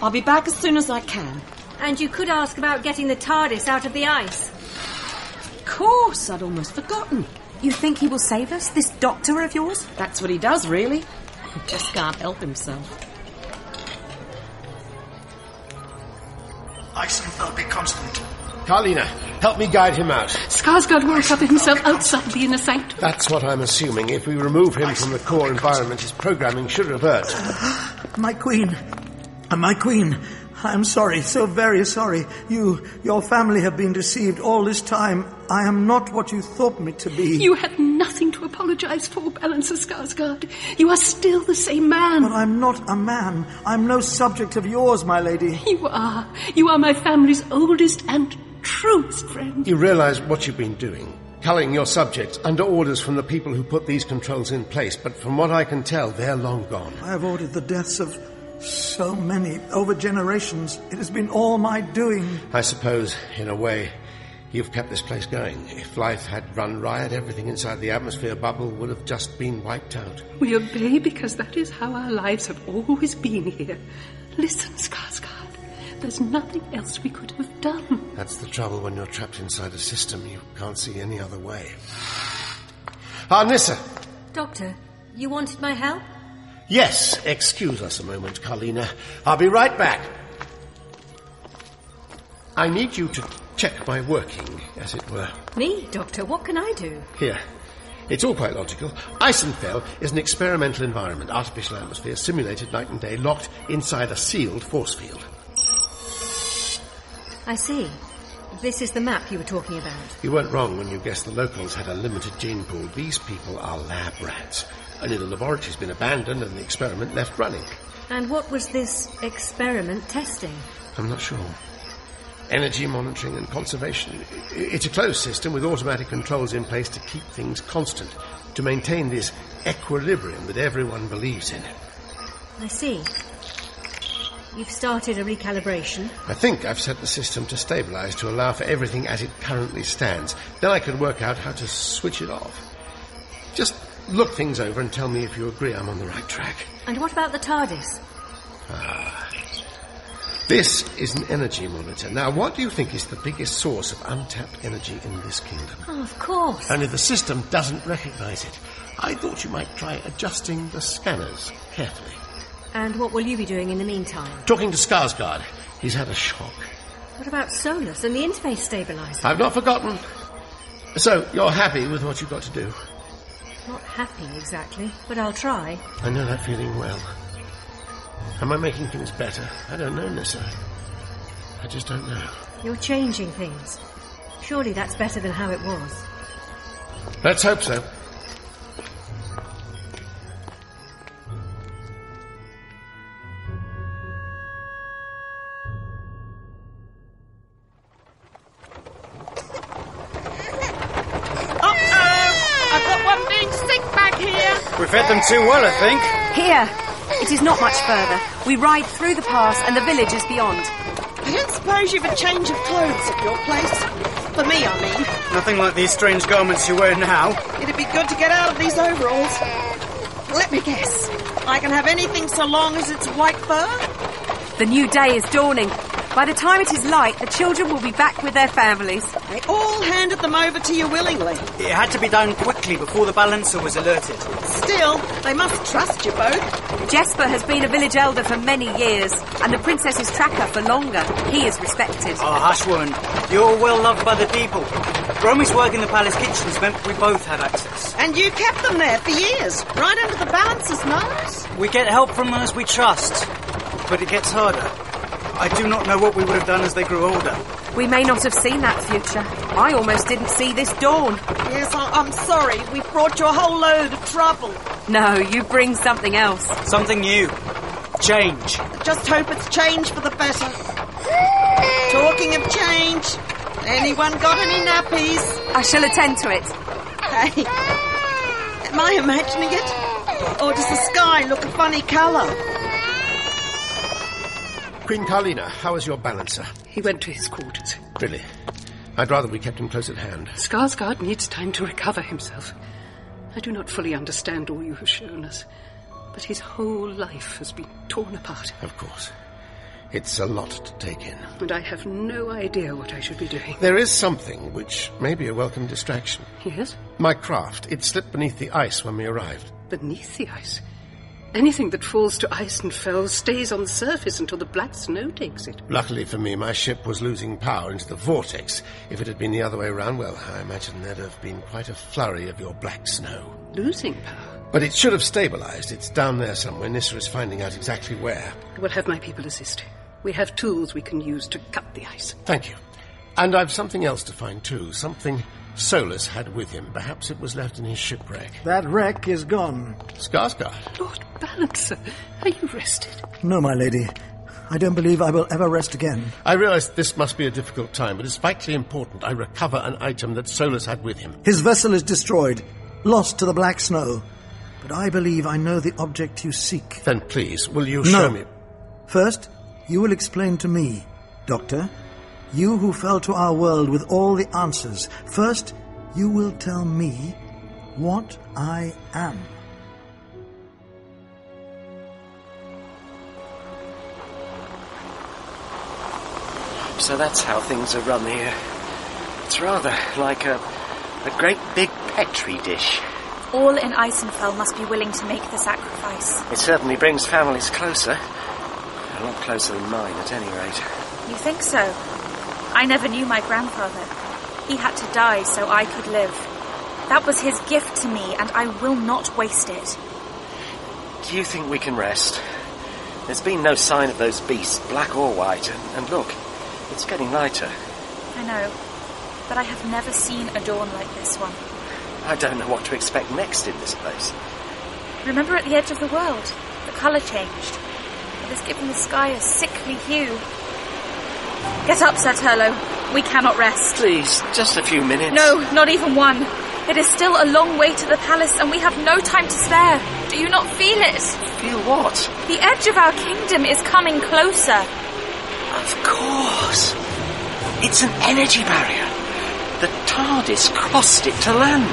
I'll be back as soon as I can. And you could ask about getting the TARDIS out of the ice. Of course, I'd almost forgotten. You think he will save us, this doctor of yours? That's what he does, really. Just can't help himself. Eisenfeld, be constant. Carlina, help me guide him out. Skarsgård will suffer himself outside the inner sanctum. That's what I'm assuming. If we remove him from the core environment, his programming should revert. My queen. My queen. I'm sorry, so very sorry. You, your family have been deceived all this time. I am not what you thought me to be. You had nothing to apologize for, Balancer Skarsgård. You are still the same man. But I'm not a man. I'm no subject of yours, my lady. You are. You are my family's oldest and truest friend. You realize what you've been doing. Culling your subjects under orders from the people who put these controls in place, but from what I can tell, they're long gone. I have ordered the deaths of so many, over generations. It has been all my doing. I suppose, in a way, you've kept this place going. If life had run riot, everything inside the atmosphere bubble would have just been wiped out. We obey because that is how our lives have always been here. Listen, Skarsgård. There's nothing else we could have done. That's the trouble when you're trapped inside a system. You can't see any other way. Ah, Nissa! Doctor, you wanted my help? Yes, excuse us a moment, Carlina. I'll be right back. I need you to check my working, as it were. Me, Doctor, what can I do? Here. It's all quite logical. Eisenfell is an experimental environment, artificial atmosphere, simulated night and day, locked inside a sealed force field. I see. This is the map you were talking about. You weren't wrong when you guessed the locals had a limited gene pool. These people are lab rats. Only the laboratory's been abandoned and the experiment left running. And what was this experiment testing? I'm not sure. Energy monitoring and conservation. I- It's a closed system with automatic controls in place to keep things constant, to maintain this equilibrium that everyone believes in. I see. You've started a recalibration. I think I've set the system to stabilize to allow for everything as it currently stands. Then I can work out how to switch it off. Just look things over and tell me if you agree I'm on the right track. And what about the TARDIS? Ah. This is an energy monitor. Now, what do you think is the biggest source of untapped energy in this kingdom? Oh, of course. Only the system doesn't recognize it. I thought you might try adjusting the scanners carefully. And what will you be doing in the meantime? Talking to Skarsgård. He's had a shock. What about Solus and the interface stabilizer? I've not forgotten. So, you're happy with what you've got to do? Not happy exactly, but I'll try. I know that feeling well. Am I making things better? I don't know, Nissa. I just don't know. You're changing things. Surely that's better than how it was. Let's hope so. I've got one being sick back here. We've fed them too well, I think. Here! It is not much further. We ride through the pass and the village is beyond. I don't suppose you've a change of clothes at your place. For me, I mean. Nothing like these strange garments you wear now. It'd be good to get out of these overalls. Let me guess. I can have anything so long as it's white fur? The new day is dawning. By the time it is light, the children will be back with their families. They all handed them over to you willingly. It had to be done quickly before the balancer was alerted. Still, they must trust you both. Jesper has been a village elder for many years, and the princess's tracker for longer. He is respected. Oh, hush, woman. You're well loved by the people. Romy's work in the palace kitchens meant we both had access. And you kept them there for years, right under the balancer's nose. We get help from those we trust, but it gets harder. I do not know what we would have done as they grew older. We may not have seen that future. I almost didn't see this dawn. Yes, I- I'm sorry. We've brought you a whole load of trouble. No, you bring something else. Something new. Change. Just hope it's change for the better. Talking of change, anyone got any nappies? I shall attend to it. Hey, am I imagining it? Or does the sky look a funny colour? Queen Carlina, how is your balancer? He went to his quarters. Really? I'd rather we kept him close at hand. Skarsgård needs time to recover himself. I do not fully understand all you have shown us, but his whole life has been torn apart, Of course. It's a lot to take in. and I have no idea what I should be doing. There is something which may be a welcome distraction. Yes? My craft. It slipped beneath the ice when we arrived. Beneath the ice. Anything that falls to ice and fells stays on the surface until the black snow takes it. Luckily for me, my ship was losing power into the vortex. If it had been the other way round, well, I imagine there'd have been quite a flurry of your black snow. Losing power. But it should have stabilized. It's down there somewhere. Nissa is finding out exactly where. I will have my people assist. We have tools we can use to cut the ice. Thank you. And I've something else to find, too. Something Solus had with him. Perhaps it was left in his shipwreck. That wreck is gone. Skarsgård. Balancer, are you rested? No, my lady. I don't believe I will ever rest again. I realize this must be a difficult time, but it's vitally important I recover an item that Solus had with him. His vessel is destroyed, lost to the black snow. But I believe I know the object you seek. Then please, will you No. show me? First, you will explain to me, Doctor, you who fell to our world with all the answers. First, you will tell me what I am. So that's how things are run here. It's rather like a, a great big petri dish. All in Isenfell must be willing to make the sacrifice. It certainly brings families closer. A lot closer than mine, at any rate. You think so? I never knew my grandfather. He had to die so I could live. That was his gift to me, and I will not waste it. Do you think we can rest? There's been no sign of those beasts, black or white, and, and look, it's getting lighter. I know, but I have never seen a dawn like this one. I don't know what to expect next in this place. Remember at the edge of the world, the colour changed. It has given the sky a sickly hue. Get up, Sir Turlo. We cannot rest. Please, just a few minutes. No, not even one. It is still a long way to the palace, and we have no time to spare. Do you not feel it? Feel what? The edge of our kingdom is coming closer. Of course. It's an energy barrier. The TARDIS crossed it to land.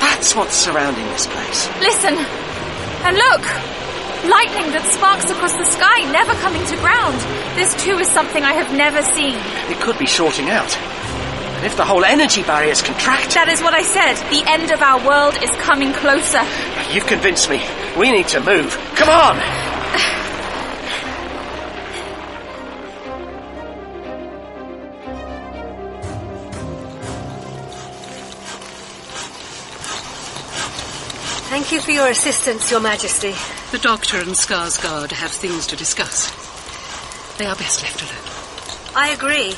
That's what's surrounding this place. Listen. And look. Lightning that sparks across the sky, never coming to ground. This too is something I have never seen. It could be shorting out. And if the whole energy barrier's contract, That is what I said. The end of our world is coming closer. you've convinced me. We need to move. Come on! Thank you for your assistance, Your Majesty. The Doctor and Skarsgård have things to discuss. They are best left alone. I agree.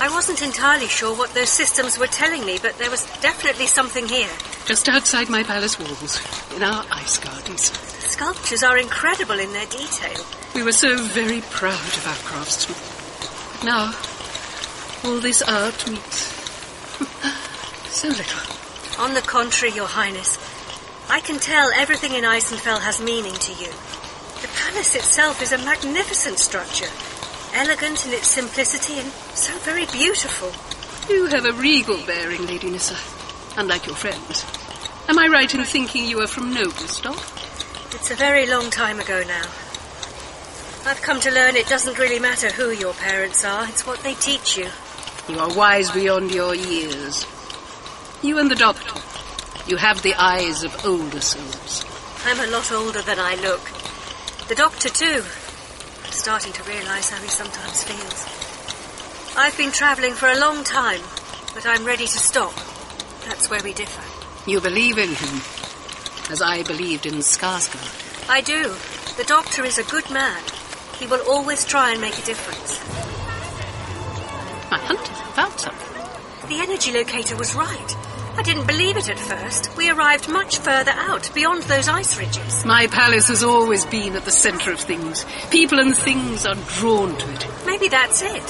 I wasn't entirely sure what those systems were telling me, but there was definitely something here. Just outside my palace walls, in our ice gardens. Sculptures are incredible in their detail. We were so very proud of our craftsmen. But now, all this art means so little. On the contrary, Your Highness, I can tell everything in Eisenfell has meaning to you. The palace itself is a magnificent structure, elegant in its simplicity and so very beautiful. You have a regal bearing, Lady Nissa, unlike your friends. Am I right in thinking you are from noble stock? It's a very long time ago now. I've come to learn it doesn't really matter who your parents are, it's what they teach you. You are wise beyond your years. You and the doctor, you have the eyes of older souls. I'm a lot older than I look. The doctor, too. I'm starting to realize how he sometimes feels. I've been traveling for a long time, but I'm ready to stop. That's where we differ. You believe in him, as I believed in Skarsgård. I do. The doctor is a good man. He will always try and make a difference. My hunters have found something. The energy locator was right. I didn't believe it at first. We arrived much further out, beyond those ice ridges. My palace has always been at the center of things. People and things are drawn to it. Maybe that's it.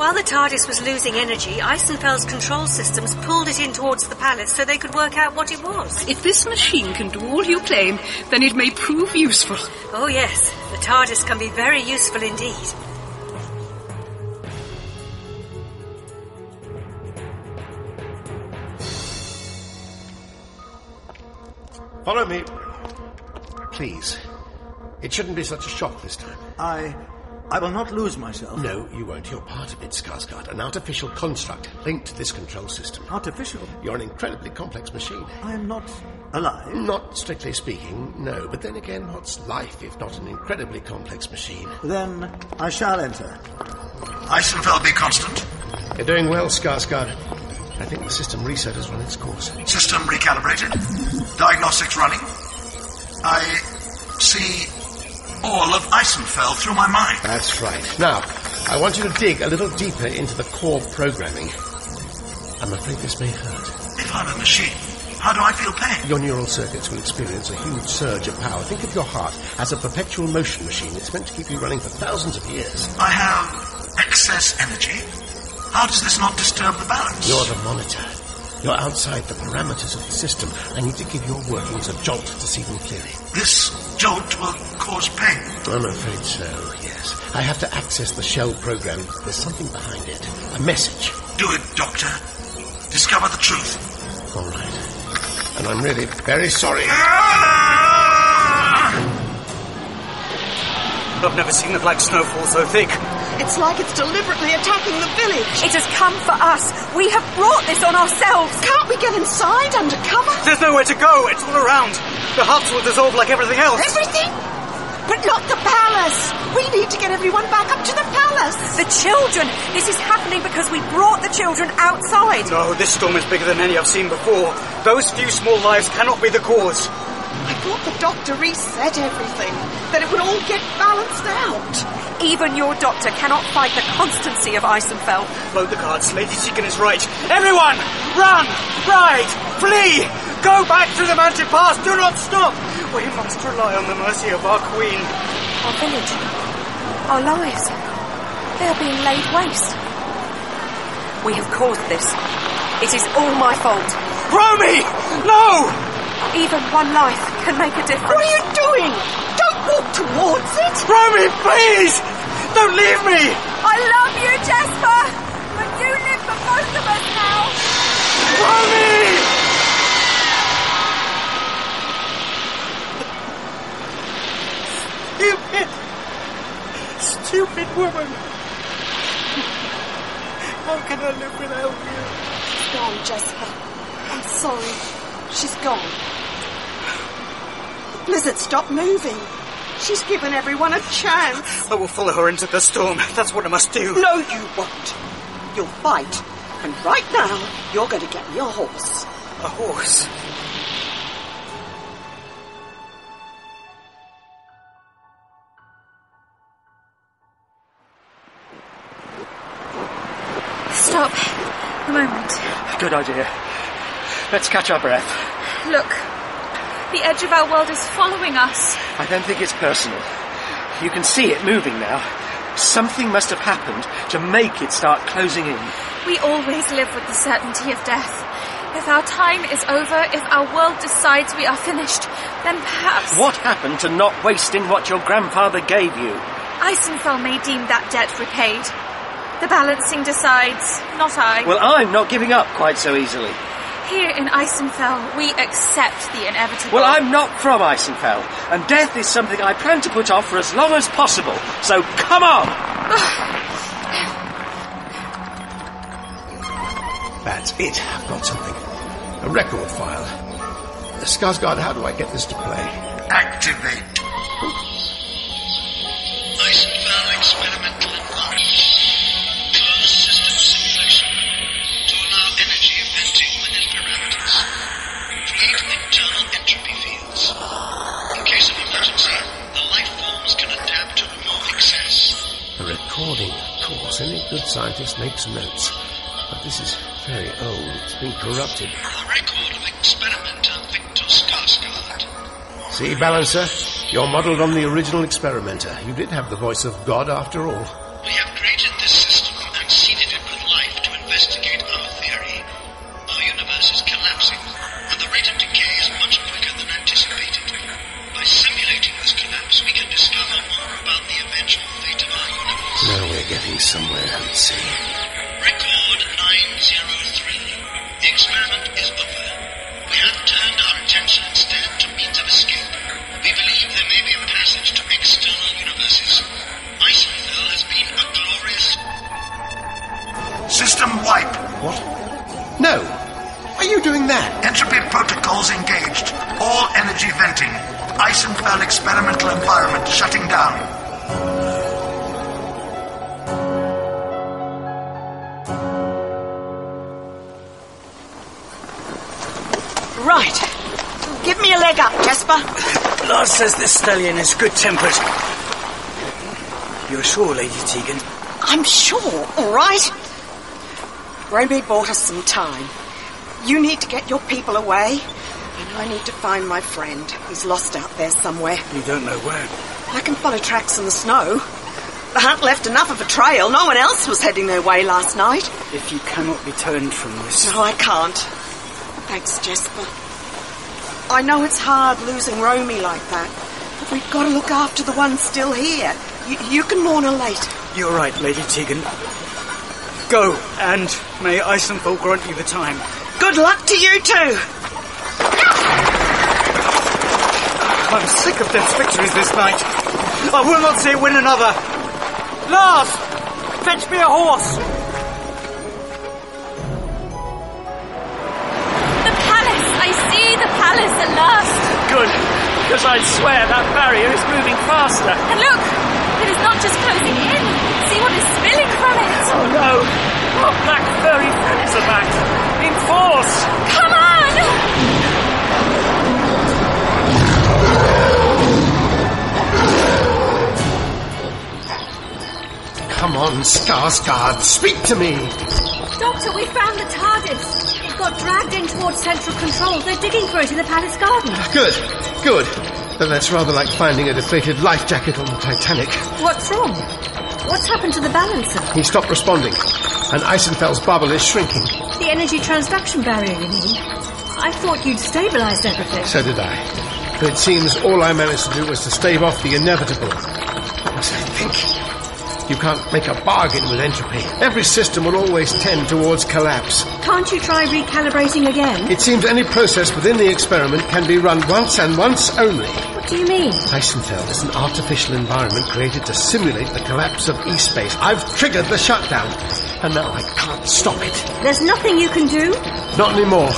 While the TARDIS was losing energy, Eisenfell's control systems pulled it in towards the palace so they could work out what it was. If this machine can do all you claim, then it may prove useful. Oh, yes, the TARDIS can be very useful indeed. Follow me. Please. It shouldn't be such a shock this time. I. I will not lose myself. No, you won't. You're part of it, Skarsgård. An artificial construct linked to this control system. Artificial? You're an incredibly complex machine. I am not alive. Not strictly speaking, no. But then again, what's life if not an incredibly complex machine? Then I shall enter. Eisenfeld be constant. You're doing well, Skarsgård. I think the system reset has run its course. System recalibrated. Diagnostics running. I see all of Eisenfeld through my mind. That's right. Now, I want you to dig a little deeper into the core programming. I'm afraid this may hurt. If I'm a machine, how do I feel pain? Your neural circuits will experience a huge surge of power. Think of your heart as a perpetual motion machine. It's meant to keep you running for thousands of years. I have excess energy. How does this not disturb the balance? You're the monitor. You're outside the parameters of the system. I need to give your workings a jolt to see them clearly. This jolt will cause pain. I'm afraid so, yes. I have to access the shell program. There's something behind it. A message. Do it, Doctor. Discover the truth. All right. And I'm really very sorry. I've never seen the black snow fall so thick. It's like it's deliberately attacking the village. It has come for us. We have brought this on ourselves. Can't we get inside under cover? There's nowhere to go. It's all around. The huts will dissolve like everything else. Everything? But not the palace. We need to get everyone back up to the palace. The children. This is happening because we brought the children outside. No, this storm is bigger than any I've seen before. Those few small lives cannot be the cause. I thought the doctor reset everything, that it would all get balanced out. Even your doctor cannot fight the constancy of Eisenfeld. Load the cards. Lady Seacon is right. Everyone, run, ride, flee, go back through the mountain pass. Do not stop. We must rely on the mercy of our queen. Our village. Our lives. They are being laid waste. We have caused this. It is all my fault. Romy, no! Even one life can make a difference. What are you doing? Don't walk towards it. Romy, please, don't leave me. I love you, Jasper! But you live for both of us now! Romy! woman! How can I live without you? She's gone, Jasper. I'm sorry. She's gone. The blizzard stopped moving. She's given everyone a chance. I will follow her into the storm. That's what I must do. No, you won't. You'll fight. And right now, you're going to get me a horse. A horse? Stop. A moment. Good idea. Let's catch our breath. Look. The edge of our world is following us. I don't think it's personal. You can see it moving now. Something must have happened to make it start closing in. We always live with the certainty of death. If our time is over, if our world decides we are finished, then perhaps. What happened to not wasting what your grandfather gave you? Isenfell may deem that debt repaid. The balancing decides, not I. Well, I'm not giving up quite so easily. Here in Isenfell, we accept the inevitable. Well, I'm not from Isenfell, and death is something I plan to put off for as long as possible. So come on! That's it. I've got something. A record file. Uh, Skarsgård, how do I get this to play? Activate. Isenfell experimental environment. Closed system simulation. To allow energy venting within parameters. Create internal entropy fields. In case of emergency, the life forms can adapt to remove excess. A recording, of course. Any good scientist makes notes. But this is very old. It's been corrupted. The record of experimenter Victor Skarsgård. See, Balancer? You're modelled on the original experimenter. You did have the voice of God after all. We have created this system and seeded it with life to investigate our theory. Our universe is collapsing, and the rate of decay is much quicker than anticipated. By simulating this collapse, we can discover more about the eventual fate of our universe. Now we're getting somewhere, let's see. Record 903. The experiment is over. We have turned our attention instead to means of escape. We believe there may be a passage to external universes. Isenfell has been a glorious System wipe. What? No. Are you doing that? Entropy protocols engaged. All energy venting. Isenfell experimental environment shutting down. Right. Give me a leg up, Jasper. Lars says this stallion is good tempered. You're sure, Lady Tegan? I'm sure, all right? Romy bought us some time. You need to get your people away, and I need to find my friend. He's lost out there somewhere. You don't know where. I can follow tracks in the snow. The hunt left enough of a trail. No one else was heading their way last night. If you cannot be turned from this. No, I can't. Thanks, Jasper. I know it's hard losing Romy like that, but we've got to look after the one still here. You, you can mourn her later. You're right, Lady Tegan. Go, and may Isenfall grant you the time. Good luck to you too. I'm sick of death's victories this night. I will not see it win another. Lars! Fetch me a horse! The palace! I see the palace at last! Good, because I swear that barrier is moving faster. And look! It is not just closing in! See what is spilling from it! Oh no! Our black furry friends are back! In force! Come on! Come on, Skarsgård, speak to me! Doctor, we found the TARDIS. It got dragged in towards central control. They're digging for it in the palace garden. Good, good. Then that's rather like finding a deflated life jacket on the Titanic. What's wrong? What's happened to the balancer? He stopped responding, and Eisenfell's bubble is shrinking. The energy transduction barrier, you mean? I thought you'd stabilized everything. So did I. But it seems all I managed to do was to stave off the inevitable. Because I think you can't make a bargain with entropy. Every system will always tend towards collapse. Can't you try recalibrating again? It seems any process within the experiment can be run once and once only. But do you mean? Eisenfeld is an artificial environment created to simulate the collapse of E-space. I've triggered the shutdown, and now I can't stop it. There's nothing you can do? Not anymore.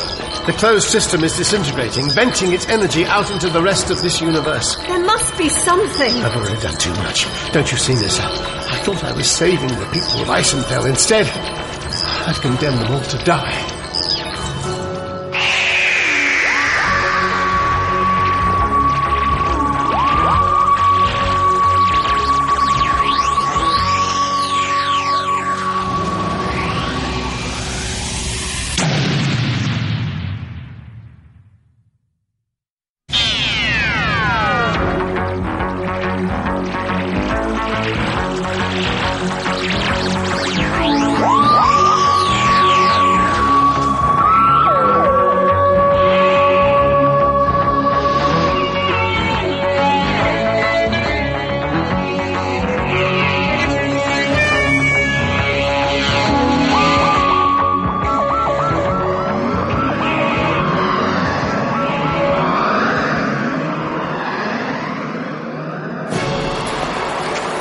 The closed system is disintegrating, venting its energy out into the rest of this universe. There must be something. I've already done too much. Don't you see, Nissa? I thought I was saving the people of Eisenfeld. Instead, I've condemned them all to die.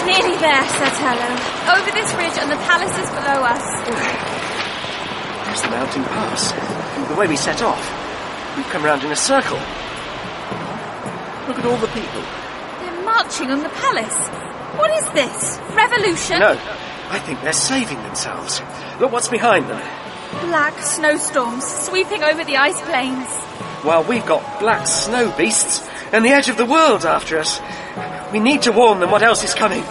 Nearly there, Satello. Over this ridge and the palaces below us. There's the mountain pass. The way we set off, we've come round in a circle. Look at all the people. They're marching on the palace. What is this? Revolution? No, I think they're saving themselves. Look what's behind them. Black snowstorms sweeping over the ice plains. While we've got black snow beasts and the edge of the world after us. We need to warn them what else is coming.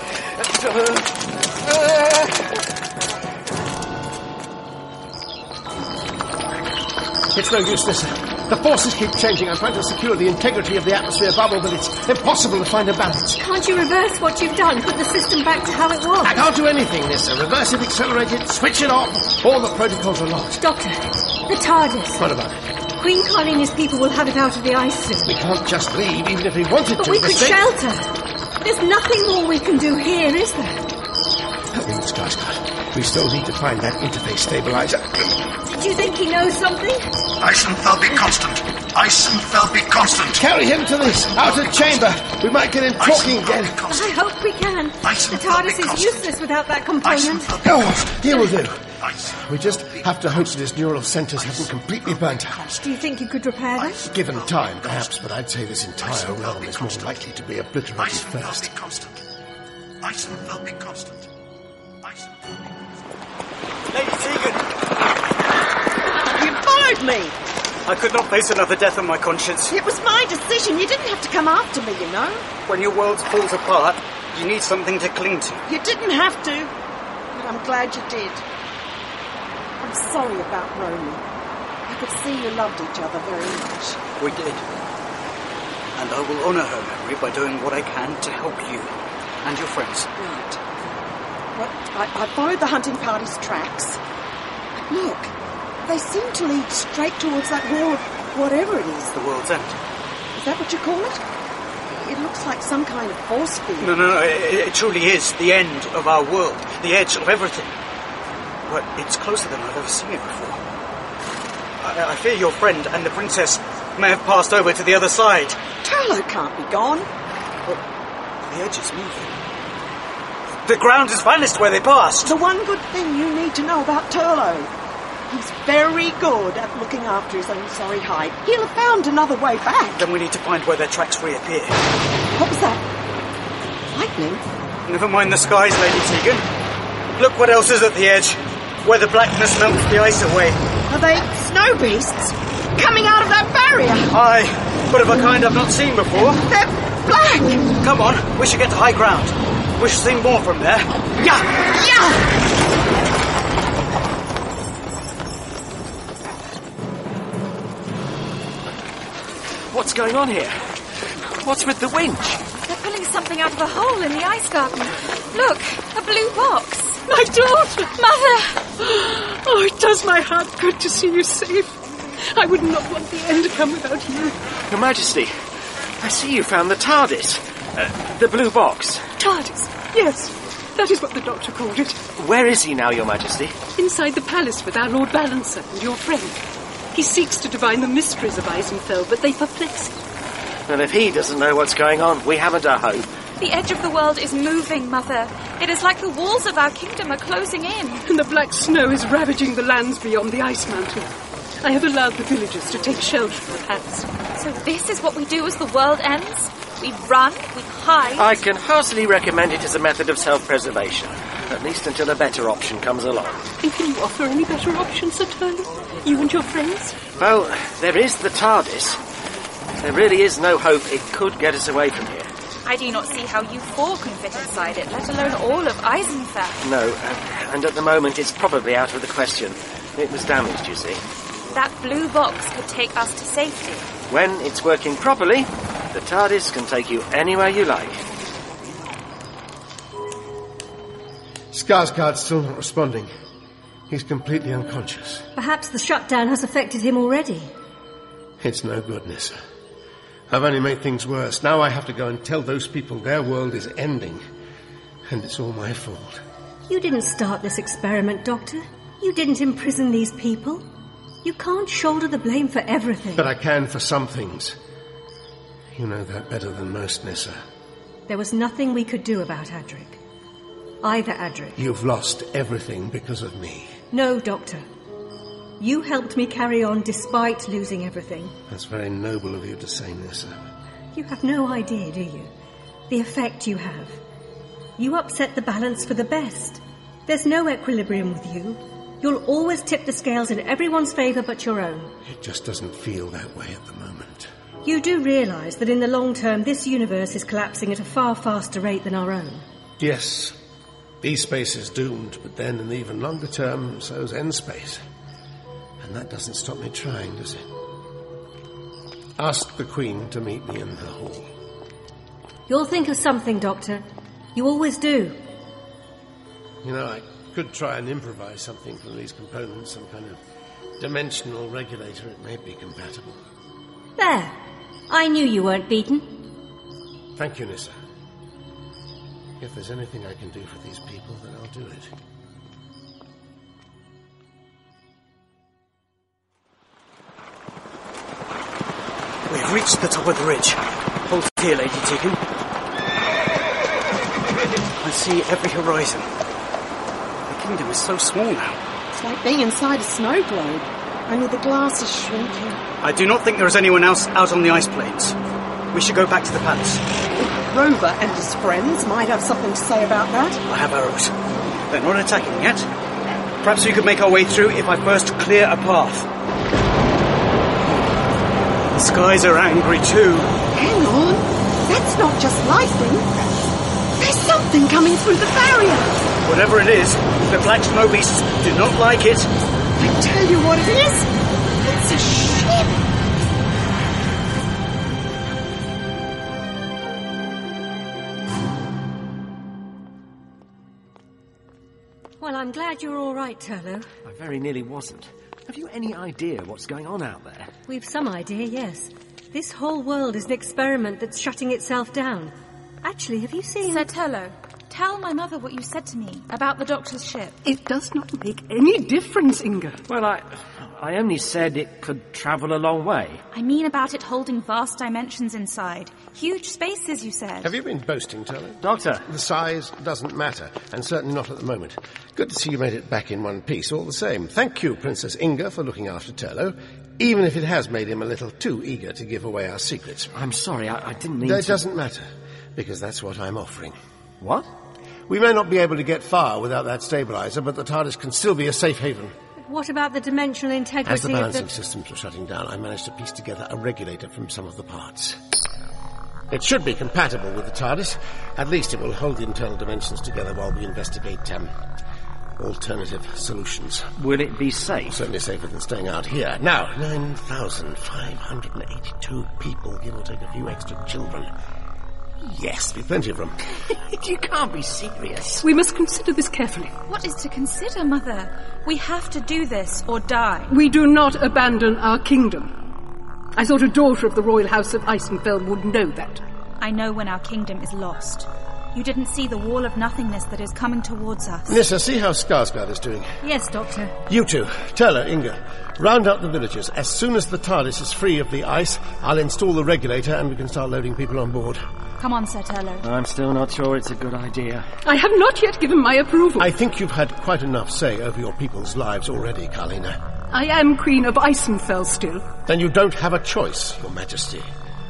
It's no use, Nissa. The forces keep changing. I'm trying to secure the integrity of the atmosphere bubble, but it's impossible to find a balance. Can't you reverse what you've done? Put the system back to how it was? I can't do anything, Nissa. Reverse it, accelerate it, switch it off. All the protocols are locked. Doctor, the TARDIS. What about it? Queen Carlina's people will have it out of the ice soon. We can't just leave, even if we wanted But to. we The could state- shelter. There's nothing more we can do here, is there? Help me, Skarsgård. We still need to find that interface stabilizer. Do you think he knows something? Eisenfeld be constant. Eisenfeld be constant. Carry him to this outer chamber. We might get him talking again. I hope we can. The TARDIS is useless without that component. Oh, here will do. We just have to hope that his neural centers haven't completely burnt out. Do you think you could repair that? Given time, perhaps, but I'd say this entire realm is more likely to be obliterated first. Eisenfeld be constant. Eisenfeld be Lady Tegan, You followed me. I could not face another death on my conscience. It was my decision. You didn't have to come after me, you know. When your world falls apart, you need something to cling to. You didn't have to, but I'm glad you did. I'm sorry about Romy. I could see you loved each other very much. We did. And I will honour her memory by doing what I can to help you and your friends. Right. Well, I, I followed the hunting party's tracks. Look, they seem to lead straight towards that wall of whatever it is. The world's end. Is that what you call it? It looks like some kind of force field. No, no, no. It, it truly is the end of our world, the edge of everything. But it's closer than I've ever seen it before. I, I fear your friend and the princess may have passed over to the other side. Tallow can't be gone. The edge is moving. The ground has vanished where they passed. The one good thing you need to know about Turlo. He's very good at looking after his own sorry hide. He'll have found another way back. Then we need to find where their tracks reappear. What was that? Lightning? Never mind the skies, Lady Tegan. Look what else is at the edge, where the blackness melts the ice away. Are they snow beasts? Coming out of that barrier? Aye, but of a kind I've not seen before. They're black! Come on, we should get to high ground. We should see more from there. Yeah! Yeah! What's going on here? What's with the winch? They're pulling something out of a hole in the ice garden. Look, a blue box. My daughter! Mother! Oh, it does my heart good to see you safe. I would not want the end to come without you. Your Majesty, I see you found the TARDIS. Uh, the blue box. TARDIS, yes. That is what the doctor called it. Where is he now, Your Majesty? Inside the palace with our Lord Balancer and your friend. He seeks to divine the mysteries of Eisenfeld, but they perplex him. And if he doesn't know what's going on, we haven't a hope. The edge of the world is moving, Mother. It is like the walls of our kingdom are closing in. And the black snow is ravaging the lands beyond the ice mountain. I have allowed the villagers to take shelter from attacks. So this is what we do as the world ends? We run, we hide. I can heartily recommend it as a method of self-preservation, at least until a better option comes along. And can you offer any better options, Sir Turley? You and your friends? Well, there is the TARDIS. There really is no hope it could get us away from here. I do not see how you four can fit inside it, let alone all of Eisenfeld. No, uh, and at the moment it's probably out of the question. It was damaged, you see. That blue box could take us to safety. When it's working properly, the TARDIS can take you anywhere you like. Skarsgård's still not responding. He's completely unconscious. Perhaps the shutdown has affected him already. It's no good, Nissa. I've only made things worse. Now I have to go and tell those people their world is ending. And it's all my fault. You didn't start this experiment, Doctor. You didn't imprison these people. You can't shoulder the blame for everything. But I can for some things. You know that better than most, Nissa. There was nothing we could do about Adric. Either Adric. You've lost everything because of me. No, Doctor. You helped me carry on despite losing everything. That's very noble of you to say, Nissa. You have no idea, do you? The effect you have. You upset the balance for the best. There's no equilibrium with you. You'll always tip the scales in everyone's favour but your own. It just doesn't feel that way at the moment. You do realise that in the long term, this universe is collapsing at a far faster rate than our own. Yes, these space is doomed, but then in the even longer term, so's end space. And that doesn't stop me trying, does it? Ask the Queen to meet me in the hall. You'll think of something, Doctor. You always do. You know, I could try and improvise something from these components, some kind of dimensional regulator. It may be compatible. There. I knew you weren't beaten. Thank you, Nissa. If there's anything I can do for these people, then I'll do it. We have reached the top of the ridge. Hold here, Lady Tegan. I see every horizon. The kingdom is so small now. It's like being inside a snow globe, only the glass is shrinking. I do not think there is anyone else out on the ice plains. We should go back to the palace. Rover and his friends might have something to say about that. I have arrows. They're not attacking yet. Perhaps we could make our way through if I first clear a path. The skies are angry too. Hang on, that's not just lightning. There's something coming through the barrier. Whatever it is, the black snow beasts do not like it. I tell you what it is. It's a ship. Well, I'm glad you're all right, Turlo. I very nearly wasn't. Have you any idea what's going on out there? We've some idea, yes. This whole world is an experiment that's shutting itself down. Actually, have you seen. Sertello, tell my mother what you said to me about the doctor's ship. It does not make any difference, Inga. Well, I. I only said it could travel a long way. I mean about it holding vast dimensions inside. Huge spaces, you said. Have you been boasting, Turley? Doctor. The size doesn't matter, and certainly not at the moment. Good to see you made it back in one piece, all the same. Thank you, Princess Inga, for looking after Turlo, even if it has made him a little too eager to give away our secrets. I'm sorry, I, I didn't mean That to- doesn't matter, because that's what I'm offering. What? We may not be able to get far without that stabilizer, but the TARDIS can still be a safe haven. What about the dimensional integrity As the balancing of the. systems were shutting down, I managed to piece together a regulator from some of the parts. It should be compatible with the TARDIS. At least it will hold the internal dimensions together while we investigate um, alternative solutions. Will it be safe? Certainly safer than staying out here. Now, 9,582 people, give or take a few extra children. Yes, we've plenty of room. you can't be serious. We must consider this carefully. What is to consider, Mother? We have to do this or die. We do not abandon our kingdom. I thought a daughter of the royal house of Eisenfeld would know that. I know when our kingdom is lost. You didn't see the wall of nothingness that is coming towards us. Nissa, see how Skarsgård is doing. Yes, Doctor. You two, Turler, Inga, round up the villagers. As soon as the TARDIS is free of the ice, I'll install the regulator and we can start loading people on board. Come on, Sir Turlo. I'm still not sure it's a good idea. I have not yet given my approval. I think you've had quite enough say over your people's lives already, Carlina. I am Queen of Isenfell still. Then you don't have a choice, Your Majesty.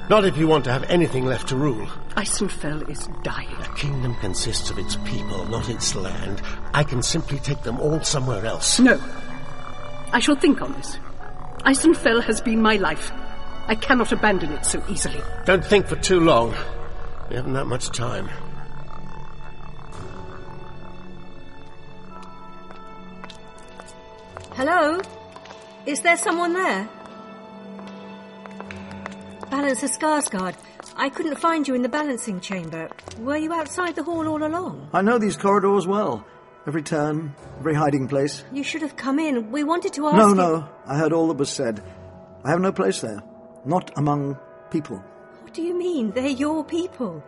Not if you want to have anything left to rule. Isenfell is dying. The kingdom consists of its people, not its land. I can simply take them all somewhere else. No. I shall think on this. Isenfell has been my life. I cannot abandon it so easily. Don't think for too long. We haven't that much time. Hello? Is there someone there? Balancer Skarsgård, I couldn't find you in the balancing chamber. Were you outside the hall all along? I know these corridors well. Every turn, every hiding place. You should have come in. We wanted to ask no, you- no. I heard all that was said. I have no place there. Not among people. What do you mean? They're your people.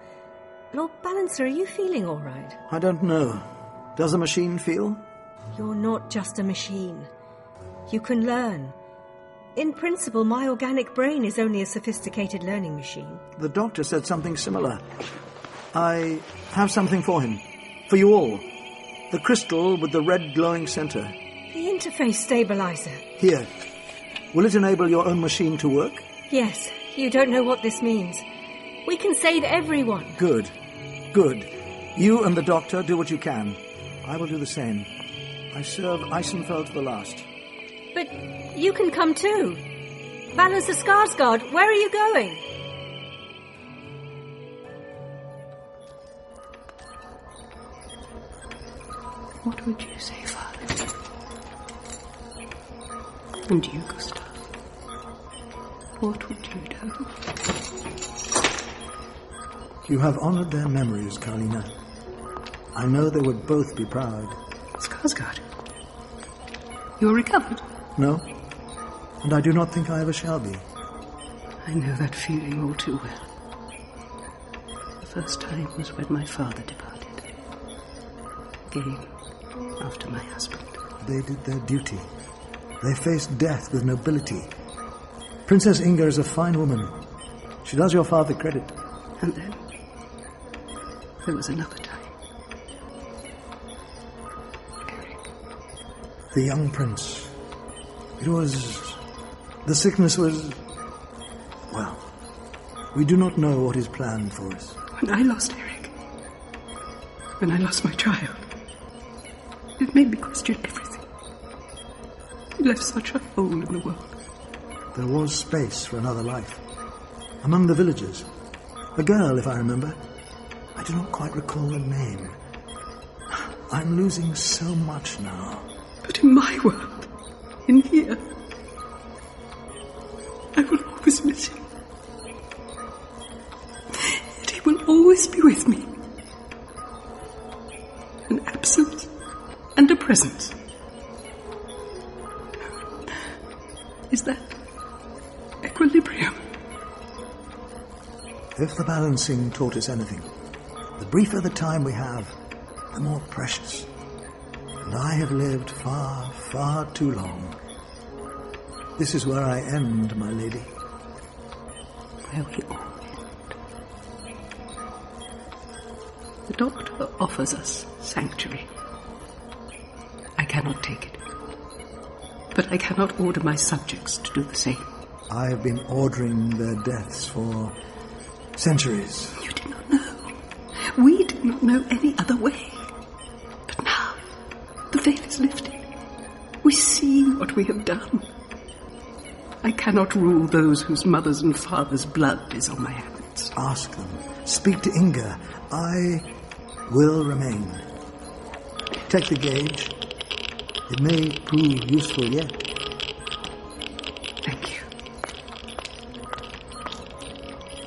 Lord Balancer, are you feeling all right? I don't know. Does the machine feel? You're not just a machine. You can learn. In principle, my organic brain is only a sophisticated learning machine. The doctor said something similar. I have something for him. For you all. The crystal with the red glowing center. The interface stabilizer. Here. Will it enable your own machine to work? Yes, you don't know what this means. We can save everyone. Good. Good. You and the doctor do what you can. I will do the same. I serve Eisenfeld to the last. But you can come too. Balancer Skarsgård, where are you going? What would you say, Father? And you, Gustav? What would you do? You have honored their memories, Carlina. I know they would both be proud. Skarsgård. You're recovered. No? And I do not think I ever shall be. I know that feeling all too well. The first time was when my father departed. Again, after my husband. They did their duty. They faced death with nobility. Princess Inga is a fine woman. She does your father credit. And then there was another time. The young prince. It was. The sickness was. Well, we do not know what is planned for us. When I lost Eric. When I lost my child. It made me question everything. It left such a hole in the world. There was space for another life. Among the villagers. A girl, if I remember. I do not quite recall the name. I'm losing so much now. But in my world, in here, I will always miss him. And he will always be with me. An absence and a presence. Is that equilibrium? If the balancing taught us anything, the briefer the time we have, the more precious. And I have lived far, far too long. This is where I end, my lady. Where we all The doctor offers us sanctuary. I cannot take it. But I cannot order my subjects to do the same. I have been ordering their deaths for centuries. We did not know any other way. But now, the veil is lifted. We see what we have done. I cannot rule those whose mothers and fathers' blood is on my hands. Ask them. Speak to Inga. I will remain. Take the gauge. It may prove useful yet. Thank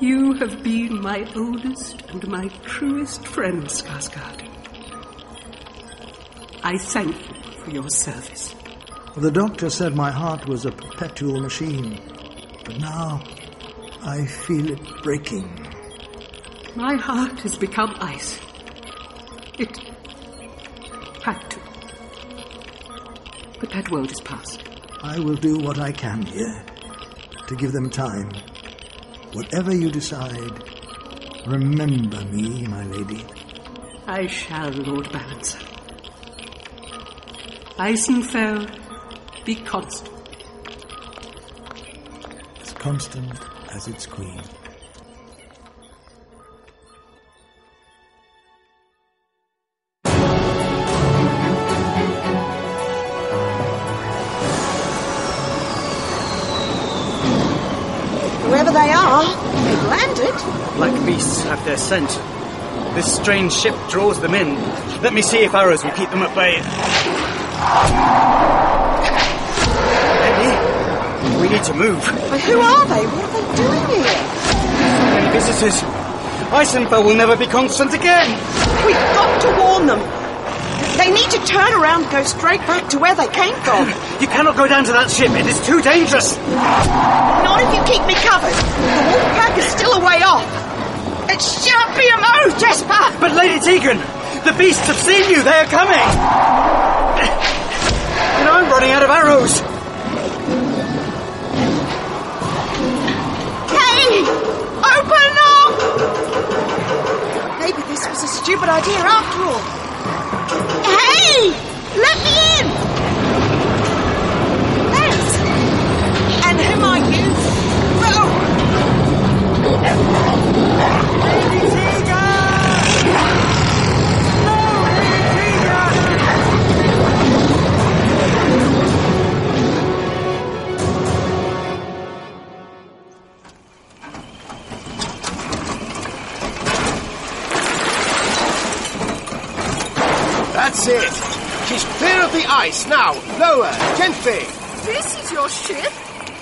you. You have been my oldest and my truest friend, Skarsgård. I thank you for your service. The doctor said my heart was a perpetual machine, but now I feel it breaking. My heart has become ice. It had to. But that world is past. I will do what I can here to give them time. Whatever you decide, remember me, my lady. I shall, Lord Balancer. Eisenfeld, be constant. As constant as its queen. Whoever they are, they've landed. Like beasts have their scent. This strange ship draws them in. Let me see if arrows will keep them at bay. Eddie, we need to move. But who are they? What are they doing here? Many visitors. Eisenfeld will never be constant again. We've got to warn them. They need to turn around and go straight back to where they came from. You cannot go down to that ship. It is too dangerous. Not if you keep me covered. The wolf pack is still a way off. It shan't be a move, Jasper. But Lady Tegan, the beasts have seen you. They are coming. And I'm running out of arrows. Kay, open up. Maybe this was a stupid idea after all. Hey, let me in. Thanks. And who are you? That's it. She's clear of the ice now. Lower, gently. This is your ship?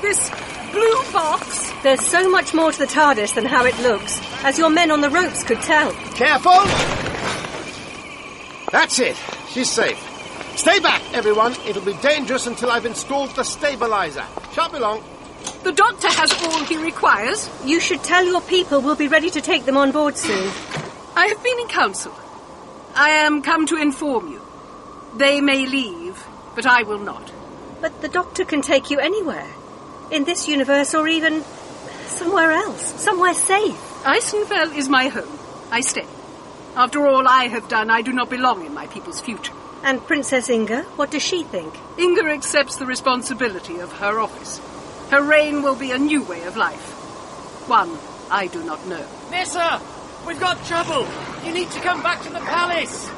This blue box? There's so much more to the TARDIS than how it looks, as your men on the ropes could tell. Careful. That's it. She's safe. Stay back, everyone. It'll be dangerous until I've installed the stabilizer. Sharp along. The doctor has all he requires. You should tell your people we'll be ready to take them on board soon. I have been in council. I am come to inform you. They may leave, but I will not. But the doctor can take you anywhere. In this universe or even somewhere else. Somewhere safe. Eisenfeld is my home. I stay. After all I have done, I do not belong in my people's future. And Princess Inga, what does she think? Inger accepts the responsibility of her office. Her reign will be a new way of life. One I do not know. Nissa, we've got trouble. You need to come back to the palace.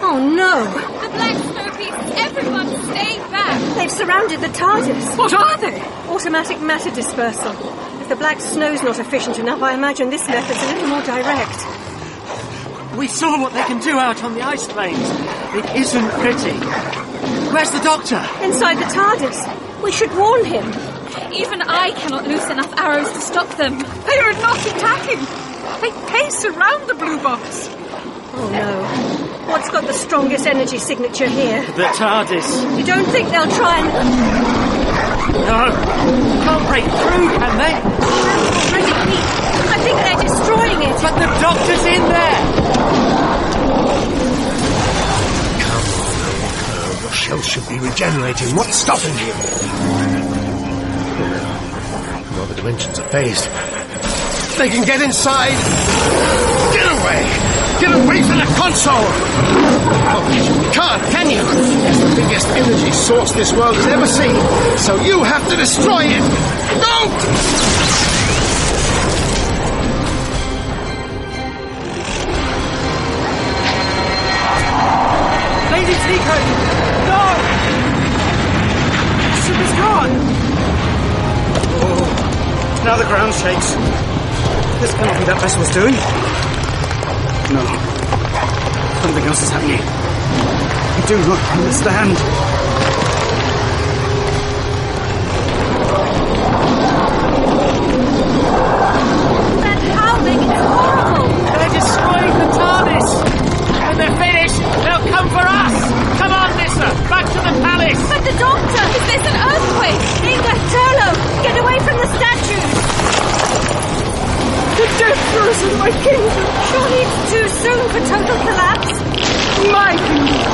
Oh no! The black snow beasts, everyone stay back! They've surrounded the TARDIS. What are they? Automatic matter dispersal. If the black snow's not efficient enough, I imagine this method's a little more direct. We saw what they can do out on the ice plains. It isn't pretty. Where's the doctor? Inside the TARDIS. We should warn him. Even I cannot loose enough arrows to stop them. They are not attacking. They pace around the blue box. Oh no. What's got the strongest energy signature here? The TARDIS. You don't think they'll try and. No. Can't break through, can they? Already weak. I think they're destroying it. But the doctor's in there. Your shell should be regenerating. What's stopping you? Come on, the dimensions are phased. They can get inside. Get away! Get away from the console! Oh, you can't, can you? It's the biggest energy source this world has ever seen. So you have to destroy it. Go! Lady Tegan, no! The ship is gone. Oh, now the ground shakes. This cannot be that vessel's doing. No, something else is happening. I do not understand. That howling is horrible! They're destroying the TARDIS. When they're finished, they'll come for us. Come on, Nissa. Back to the palace. But the doctor! Is this an earthquake? Inga, Turlo, get away from the statues! The death throes in my kingdom! Surely it's too soon for total collapse. my belief.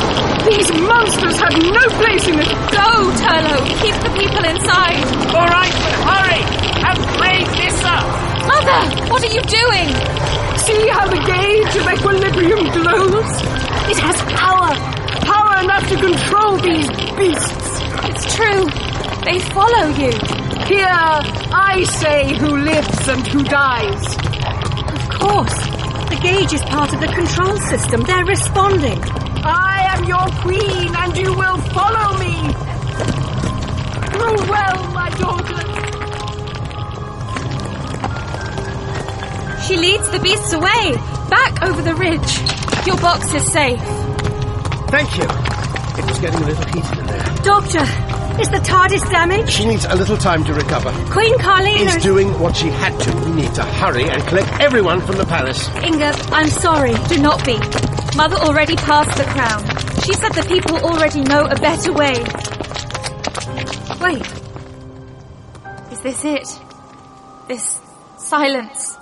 These monsters had no place in it. Go, Turlo. Keep the people inside. All right, but hurry. Have raised this up. Mother, what are you doing? See how the gauge of equilibrium glows? It has power. Power enough to control these beasts. It's true. They follow you. Here, I say who lives and who dies. Of course. The gauge is part of the control system. They're responding. I am your queen, and you will follow me. Rule well, my daughter. She leads the beasts away, back over the ridge. Your box is safe. Thank you. It was getting a little heated in there. Doctor, is the TARDIS damaged? She needs a little time to recover. Queen Carlina Is doing what she had to. We need to hurry and collect everyone from the palace. Inga, I'm sorry. Do not be. Mother already passed the crown. She said the people already know a better way. Wait. Is this it? This silence.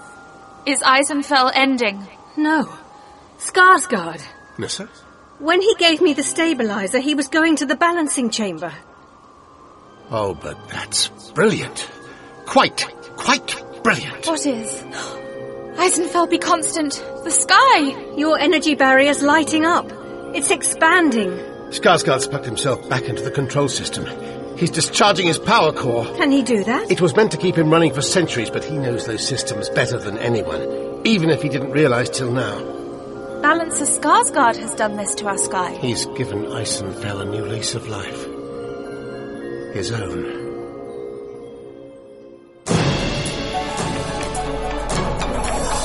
Is Eisenfell ending? No. Skarsgård. Nissa? When he gave me the stabilizer, he was going to the balancing chamber. Oh, but that's brilliant. Quite, quite brilliant. What is? Eisenfell, be constant. The sky! Your energy barrier's lighting up. It's expanding. Skarsgård's plugged himself back into the control system. He's discharging his power core. Can he do that? It was meant to keep him running for centuries, but he knows those systems better than anyone, even if he didn't realize till now. Balancer Skarsgård has done this to our sky. He's given Eisenfell a new lease of life. His own.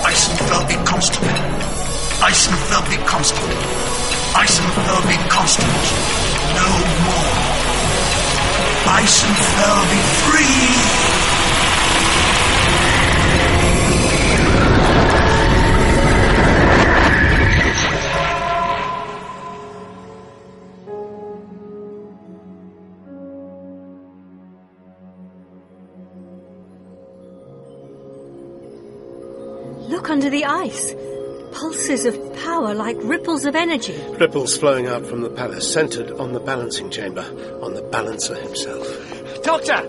Eisenfeld be constant. Eisenfeld be constant. Eisenfeld be constant. No more. Eisenfeld be free. Look under the ice. Pulses of power like ripples of energy. Ripples flowing out from the palace, centered on the balancing chamber, on the balancer himself. Doctor,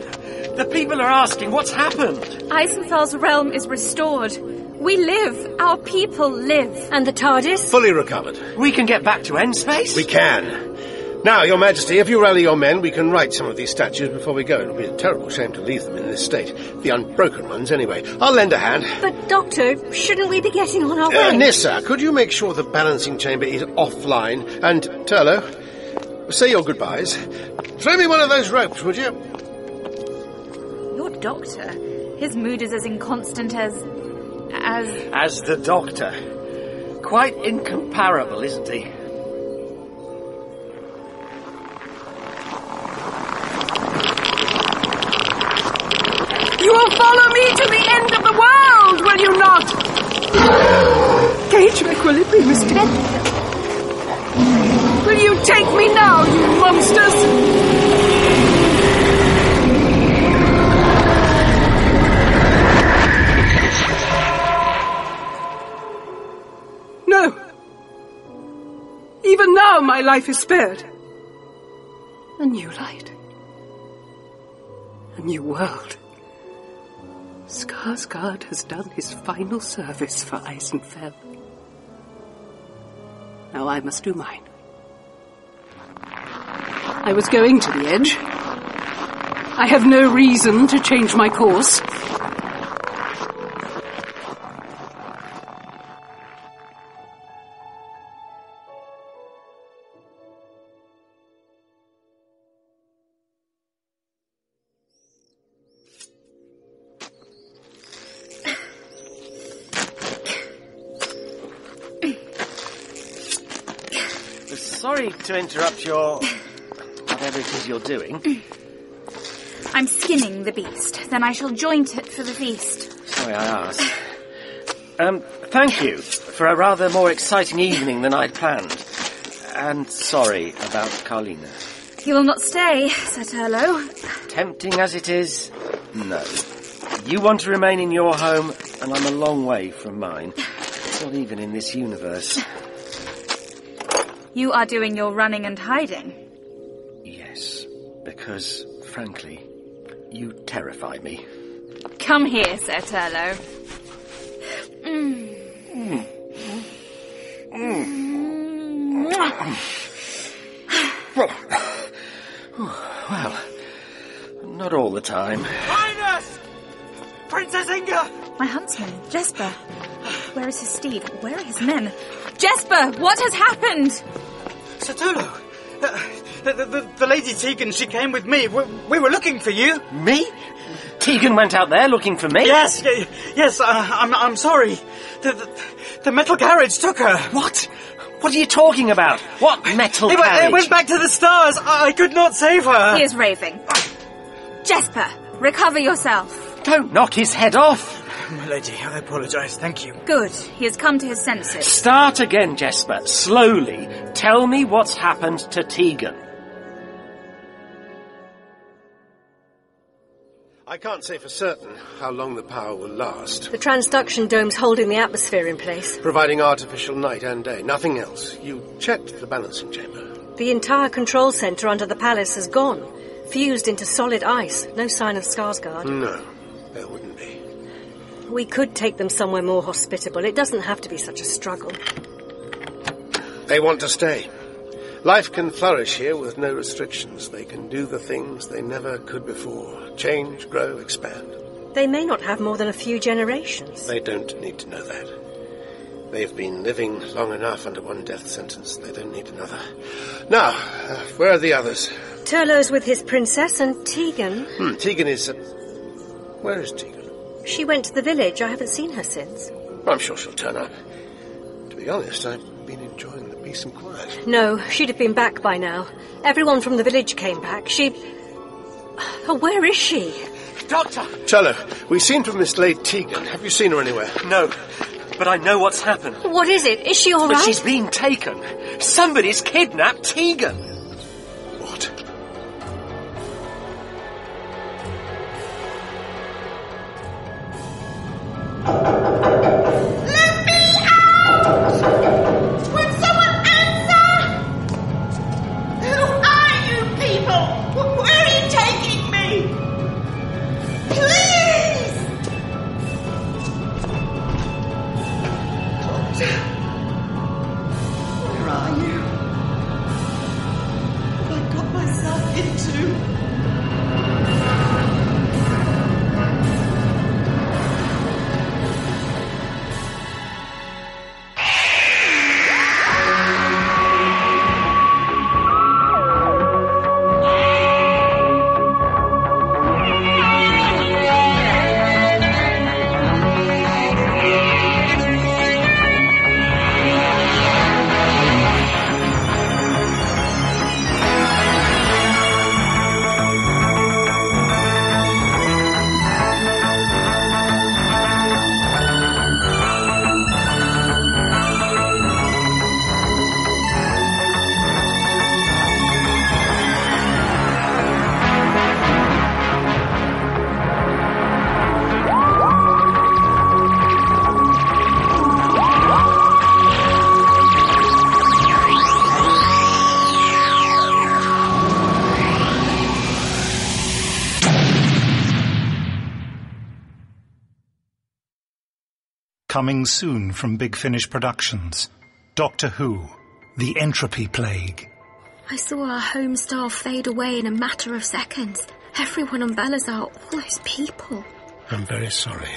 the people are asking what's happened. Eisenfell's realm is restored. We live. Our people live. And the TARDIS? Fully recovered. We can get back to end space. We can. Now, Your Majesty, if you rally your men, we can right some of these statues before we go. It'll be a terrible shame to leave them in this state. The unbroken ones, anyway. I'll lend a hand. But, Doctor, shouldn't we be getting on our Uh, way? Nissa, could you make sure the balancing chamber is offline? And, Turlo, say your goodbyes. Throw me one of those ropes, would you? Your doctor? His mood is as inconstant as. as. As the Doctor. Quite incomparable, isn't he? You will follow me to the end of the world, will you not? Gauge of equilibrium is dead. Will you take me now, you monsters? No. Even now, my life is spared. A new light. A new world. Skarsgård has done his final service for Eisenfell. Now I must do mine. I was going to the edge. I have no reason to change my course. Sorry to interrupt your. whatever it is you're doing. I'm skinning the beast, then I shall joint it for the feast. Sorry I asked. Um, thank you for a rather more exciting evening than I'd planned. And sorry about Carlina. He will not stay, said Turlo. Tempting as it is, no. You want to remain in your home, and I'm a long way from mine. Not even in this universe. You are doing your running and hiding. Yes, because, frankly, you terrify me. Come here, Sir Turlo. Mm. Well, not all the time. Minus! Princess Inga! My huntsman, Jesper. Where is his steed? Where are his men? Jesper, what has happened? Satolo! uh, The, the, the, the Lady Tegan, she came with me. We, we were looking for you. Me? Tegan went out there looking for me? Yes, y- yes, uh, I'm, I'm sorry. The, the, the metal carriage took her. What? What are you talking about? What metal It, went- carriage? it went back to the stars. I, I could not save her. He is raving. Jesper, recover yourself. Don't knock his head off. My lady, I apologise. Thank you. Good. He has come to his senses. Start again, Jesper. Slowly. Tell me what's happened to Tegan. I can't say for certain how long the power will last. The transduction dome's holding the atmosphere in place. Providing artificial night and day, nothing else. You checked the balancing chamber. The entire control centre under the palace has gone, fused into solid ice. No sign of Skarsgård. No, there wouldn't be. We could take them somewhere more hospitable. It doesn't have to be such a struggle. They want to stay. Life can flourish here with no restrictions. They can do the things they never could before change, grow, expand. They may not have more than a few generations. They don't need to know that. They've been living long enough under one death sentence. They don't need another. Now, uh, where are the others? Turlo's with his princess and Tegan. Hmm, Tegan is. Uh, where is Tegan? She went to the village. I haven't seen her since. I'm sure she'll turn up. To be honest, I've been enjoying the peace and quiet. No, she'd have been back by now. Everyone from the village came back. She. Oh, where is she? Doctor! Cello, we seem to have mislaid Tegan. Have you seen her anywhere? No, but I know what's happened. What is it? Is she all But right? she's been taken. Somebody's kidnapped Tegan. What? Would someone answer? Who are you people? Wh- Where are you taking me? Please! Doctor, where are you? What have I got myself into? Coming soon from Big Finish Productions Doctor Who, The Entropy Plague. I saw our home star fade away in a matter of seconds. Everyone on Belazar, all those people. I'm very sorry.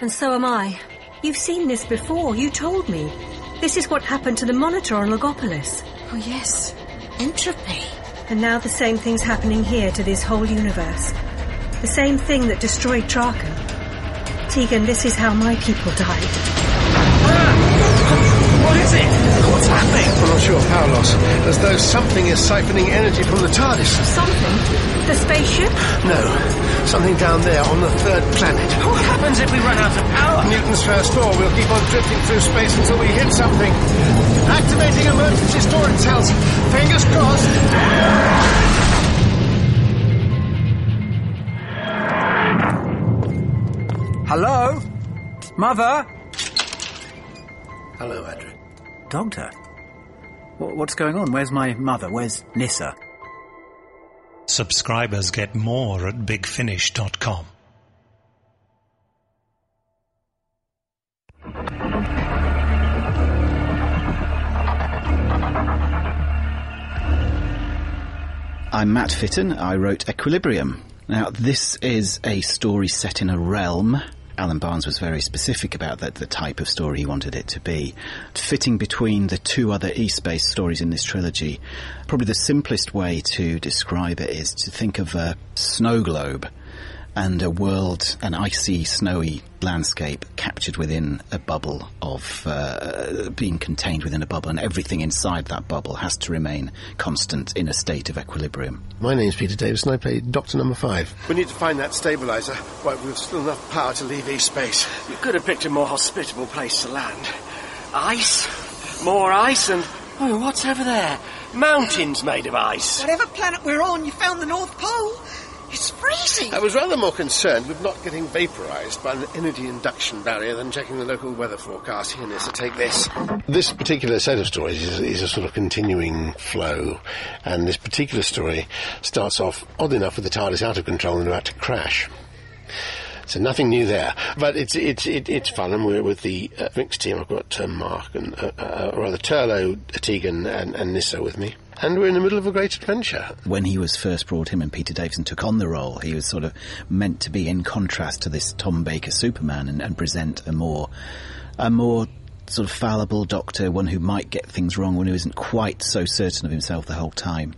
And so am I. You've seen this before. You told me. This is what happened to the monitor on Logopolis. Oh, yes. Entropy. And now the same thing's happening here to this whole universe. The same thing that destroyed Traken. Tegan, this is how my people died. What is it? What's happening? I'm not sure of power loss. As though something is siphoning energy from the TARDIS. Something? The spaceship? No, something down there on the third planet. What happens if we run out of power? Newton's first law. We'll keep on drifting through space until we hit something. Activating emergency storage cells. Fingers crossed. Hello? Mother? Hello, Adric. Doctor? Wh- What's going on? Where's my mother? Where's Nissa? Subscribers get more at bigfinish.com. I'm Matt Fitton. I wrote Equilibrium. Now, this is a story set in a realm. Alan Barnes was very specific about that, the type of story he wanted it to be. Fitting between the two other East based stories in this trilogy, probably the simplest way to describe it is to think of a snow globe and a world, an icy, snowy landscape captured within a bubble of uh, being contained within a bubble, and everything inside that bubble has to remain constant in a state of equilibrium. My name's Peter Davis and I play Doctor Number Five. We need to find that stabilizer while we've still enough power to leave East Space. You could have picked a more hospitable place to land. Ice, more ice, and oh, what's over there? Mountains made of ice. Whatever planet we're on, you found the North Pole. It's freezing. I was rather more concerned with not getting vaporized by an energy induction barrier than checking the local weather forecast. Here, Nissa, take this. This particular set of stories is, is a sort of continuing flow, and this particular story starts off, odd enough, with the TARDIS out of control and about to crash. So nothing new there, but it's it's it, it's fun, and we're with the uh, mixed team. I've got uh, Mark and uh, uh, rather Turlo, Tegan, and, and Nissa with me, and we're in the middle of a great adventure. When he was first brought him and Peter Davison took on the role, he was sort of meant to be in contrast to this Tom Baker Superman and, and present a more a more sort of fallible doctor, one who might get things wrong, one who isn't quite so certain of himself the whole time.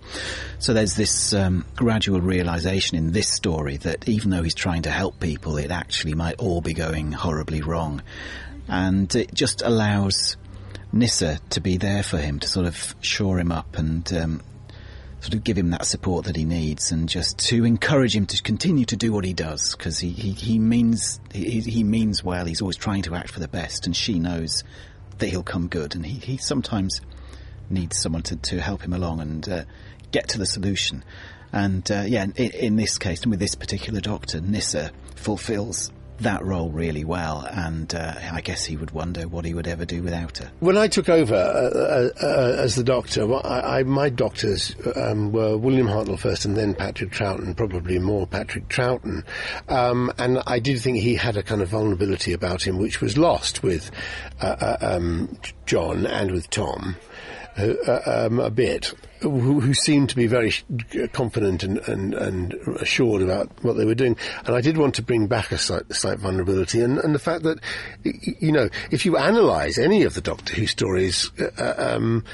So there's this um, gradual realization in this story that even though he's trying to help people, it actually might all be going horribly wrong. And it just allows Nissa to be there for him to sort of shore him up and um, sort of give him that support that he needs and just to encourage him to continue to do what he does because he, he, he means he, he means well he's always trying to act for the best and she knows that he'll come good and he, he sometimes needs someone to, to help him along and uh, get to the solution and uh, yeah in, in this case and with this particular doctor Nissa fulfills that role really well and uh, I guess he would wonder what he would ever do without her When I took over uh, uh, uh, as the doctor, well, I, I, my doctors um, were William Hartnell first and then Patrick Troughton, probably more Patrick Troughton. Um, and I did think he had a kind of vulnerability about him which was lost with uh, uh, um, John and with Tom uh, uh, um, a bit, who, who seemed to be very sh- confident and, and, and assured about what they were doing. And I did want to bring back a slight, slight vulnerability and, and the fact that, y- y- you know, if you analyse any of the Doctor Who stories, uh, um,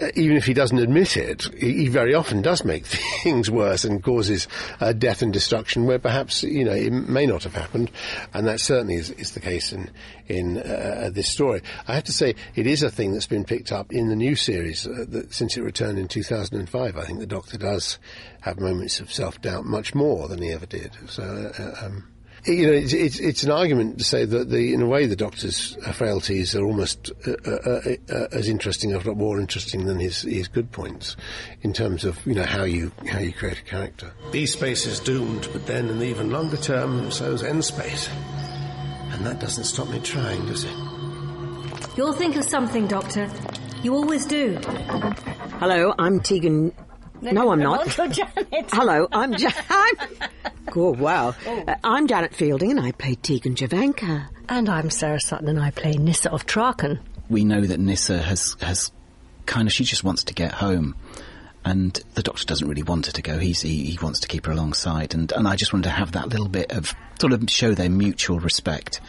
uh, even if he doesn't admit it, he, he very often does make things worse and causes uh, death and destruction where perhaps, you know, it may not have happened. And that certainly is, is the case in, in uh, this story. I have to say, it is a thing that's been picked up in the new series uh, that since it returned in 2005. I think the Doctor does have moments of self-doubt much more than he ever did. So, uh, uh, um, you know, it's, it's, it's an argument to say that the, in a way, the Doctor's uh, frailties are almost uh, uh, uh, as interesting, if not more interesting, than his, his good points, in terms of you know how you how you create a character. These space is doomed, but then in the even longer term, so's end space, and that doesn't stop me trying, does it? You'll think of something, Doctor. You always do. Hello, I'm Tegan. No, I'm not. Uncle Janet. Hello, I'm Janet. oh, wow. Uh, I'm Janet Fielding and I play Tegan Javanka. And I'm Sarah Sutton and I play Nissa of Traken. we know that Nissa has has kind of she just wants to get home, and the doctor doesn't really want her to go. He's he, he wants to keep her alongside, and and I just wanted to have that little bit of sort of show their mutual respect.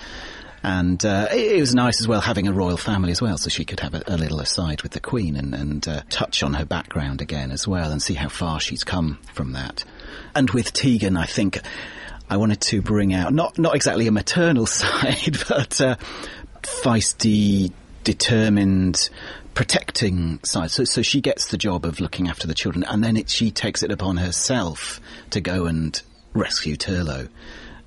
And uh, it, it was nice as well having a royal family as well, so she could have a, a little aside with the Queen and, and uh, touch on her background again as well and see how far she's come from that. And with Tegan, I think I wanted to bring out not not exactly a maternal side, but uh, feisty, determined, protecting side. So, so she gets the job of looking after the children, and then it, she takes it upon herself to go and rescue Turlo.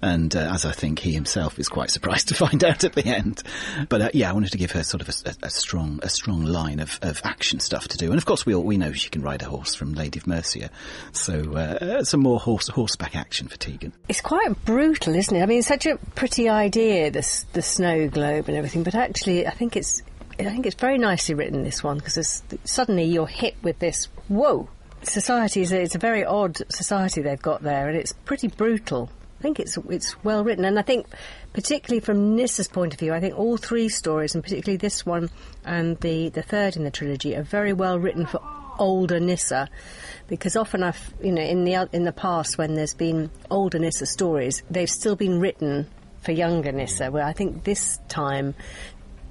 And uh, as I think he himself is quite surprised to find out at the end, but uh, yeah, I wanted to give her sort of a, a, a strong, a strong line of, of action stuff to do. And of course, we all we know she can ride a horse from Lady of Mercia, so uh, some more horse horseback action for Tegan. It's quite brutal, isn't it? I mean, it's such a pretty idea, the, s- the snow globe and everything, but actually, I think it's I think it's very nicely written, this one, because suddenly you're hit with this whoa. Society is a, it's a very odd society they've got there, and it's pretty brutal. I think it's it's well written, and I think particularly from Nissa's point of view, I think all three stories, and particularly this one and the the third in the trilogy, are very well written for older Nissa, because often I've you know in the oth- in the past when there's been older Nissa stories, they've still been written for younger Nissa. Where I think this time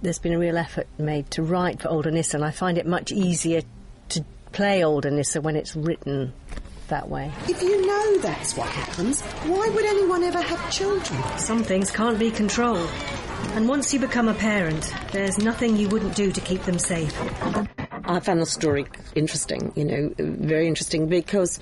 there's been a real effort made to write for older Nissa, and I find it much easier to play older Nissa when it's written that way. If you know that's what happens, why would anyone ever have children? Some things can't be controlled. And once you become a parent, there's nothing you wouldn't do to keep them safe. I found the story interesting, you know, very interesting because,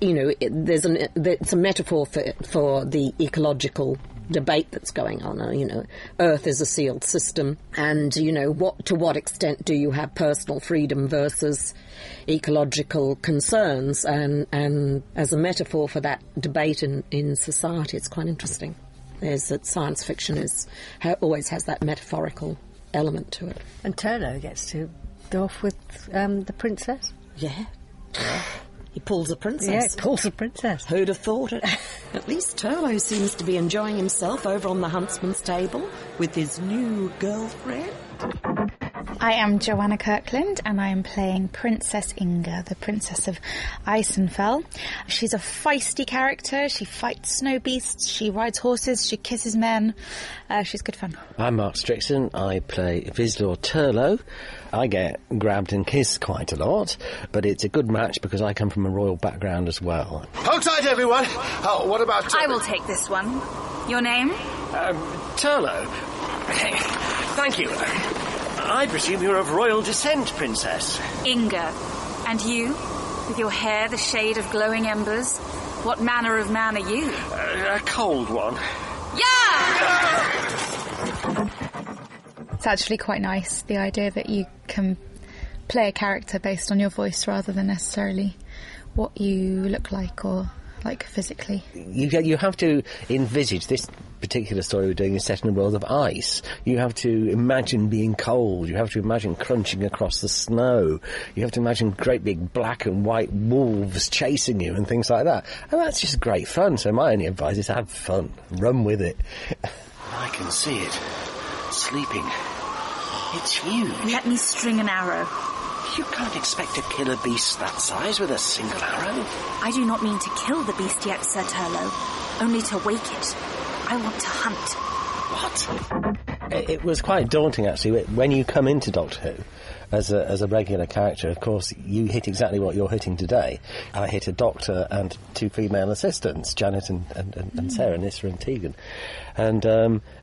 you know, it, there's an it's a metaphor for for the ecological debate that's going on. uh, You know, Earth is a sealed system, and you know what to what extent do you have personal freedom versus ecological concerns, and and as a metaphor for that debate in in society, it's quite interesting. Is that science fiction is ha- always has that metaphorical element to it. And Turlo gets to go off with um, the princess. Yeah. He pulls a princess. Yeah, he pulls a princess. Who'd have thought it? At least Turlo seems to be enjoying himself over on the huntsman's table with his new girlfriend. I am Joanna Kirkland and I am playing Princess Inga, the Princess of Isenfell. She's a feisty character. She fights snow beasts, she rides horses, she kisses men. Uh, she's good fun. I'm Mark Strickson. I play Vislor Turlo. I get grabbed and kissed quite a lot, but it's a good match because I come from a royal background as well. Hold tight, everyone. Oh, what about I will take this one. Your name? Um, Turlo. Okay. Thank you. I presume you're of royal descent, Princess. Inga. And you? With your hair the shade of glowing embers? What manner of man are you? Uh, a cold one. It's actually quite nice, the idea that you can play a character based on your voice rather than necessarily what you look like or like physically. You, get- you have to envisage this particular story we're doing is set in a world of ice. You have to imagine being cold. You have to imagine crunching across the snow. You have to imagine great big black and white wolves chasing you and things like that. And that's just great fun. So my only advice is have fun. Run with it. I can see it. Sleeping. It's huge. Let me string an arrow. You can't expect to kill a beast that size with a single arrow. I do not mean to kill the beast yet, Sir Turlo, only to wake it. I want to hunt. What? It it was quite daunting, actually, wh- when you come into Doctor Who as a, as a regular character. Of course, you hit exactly what you're hitting today. I hit a doctor and two female assistants, Janet and, and, and, and Sarah, Nissa and Tegan. And um,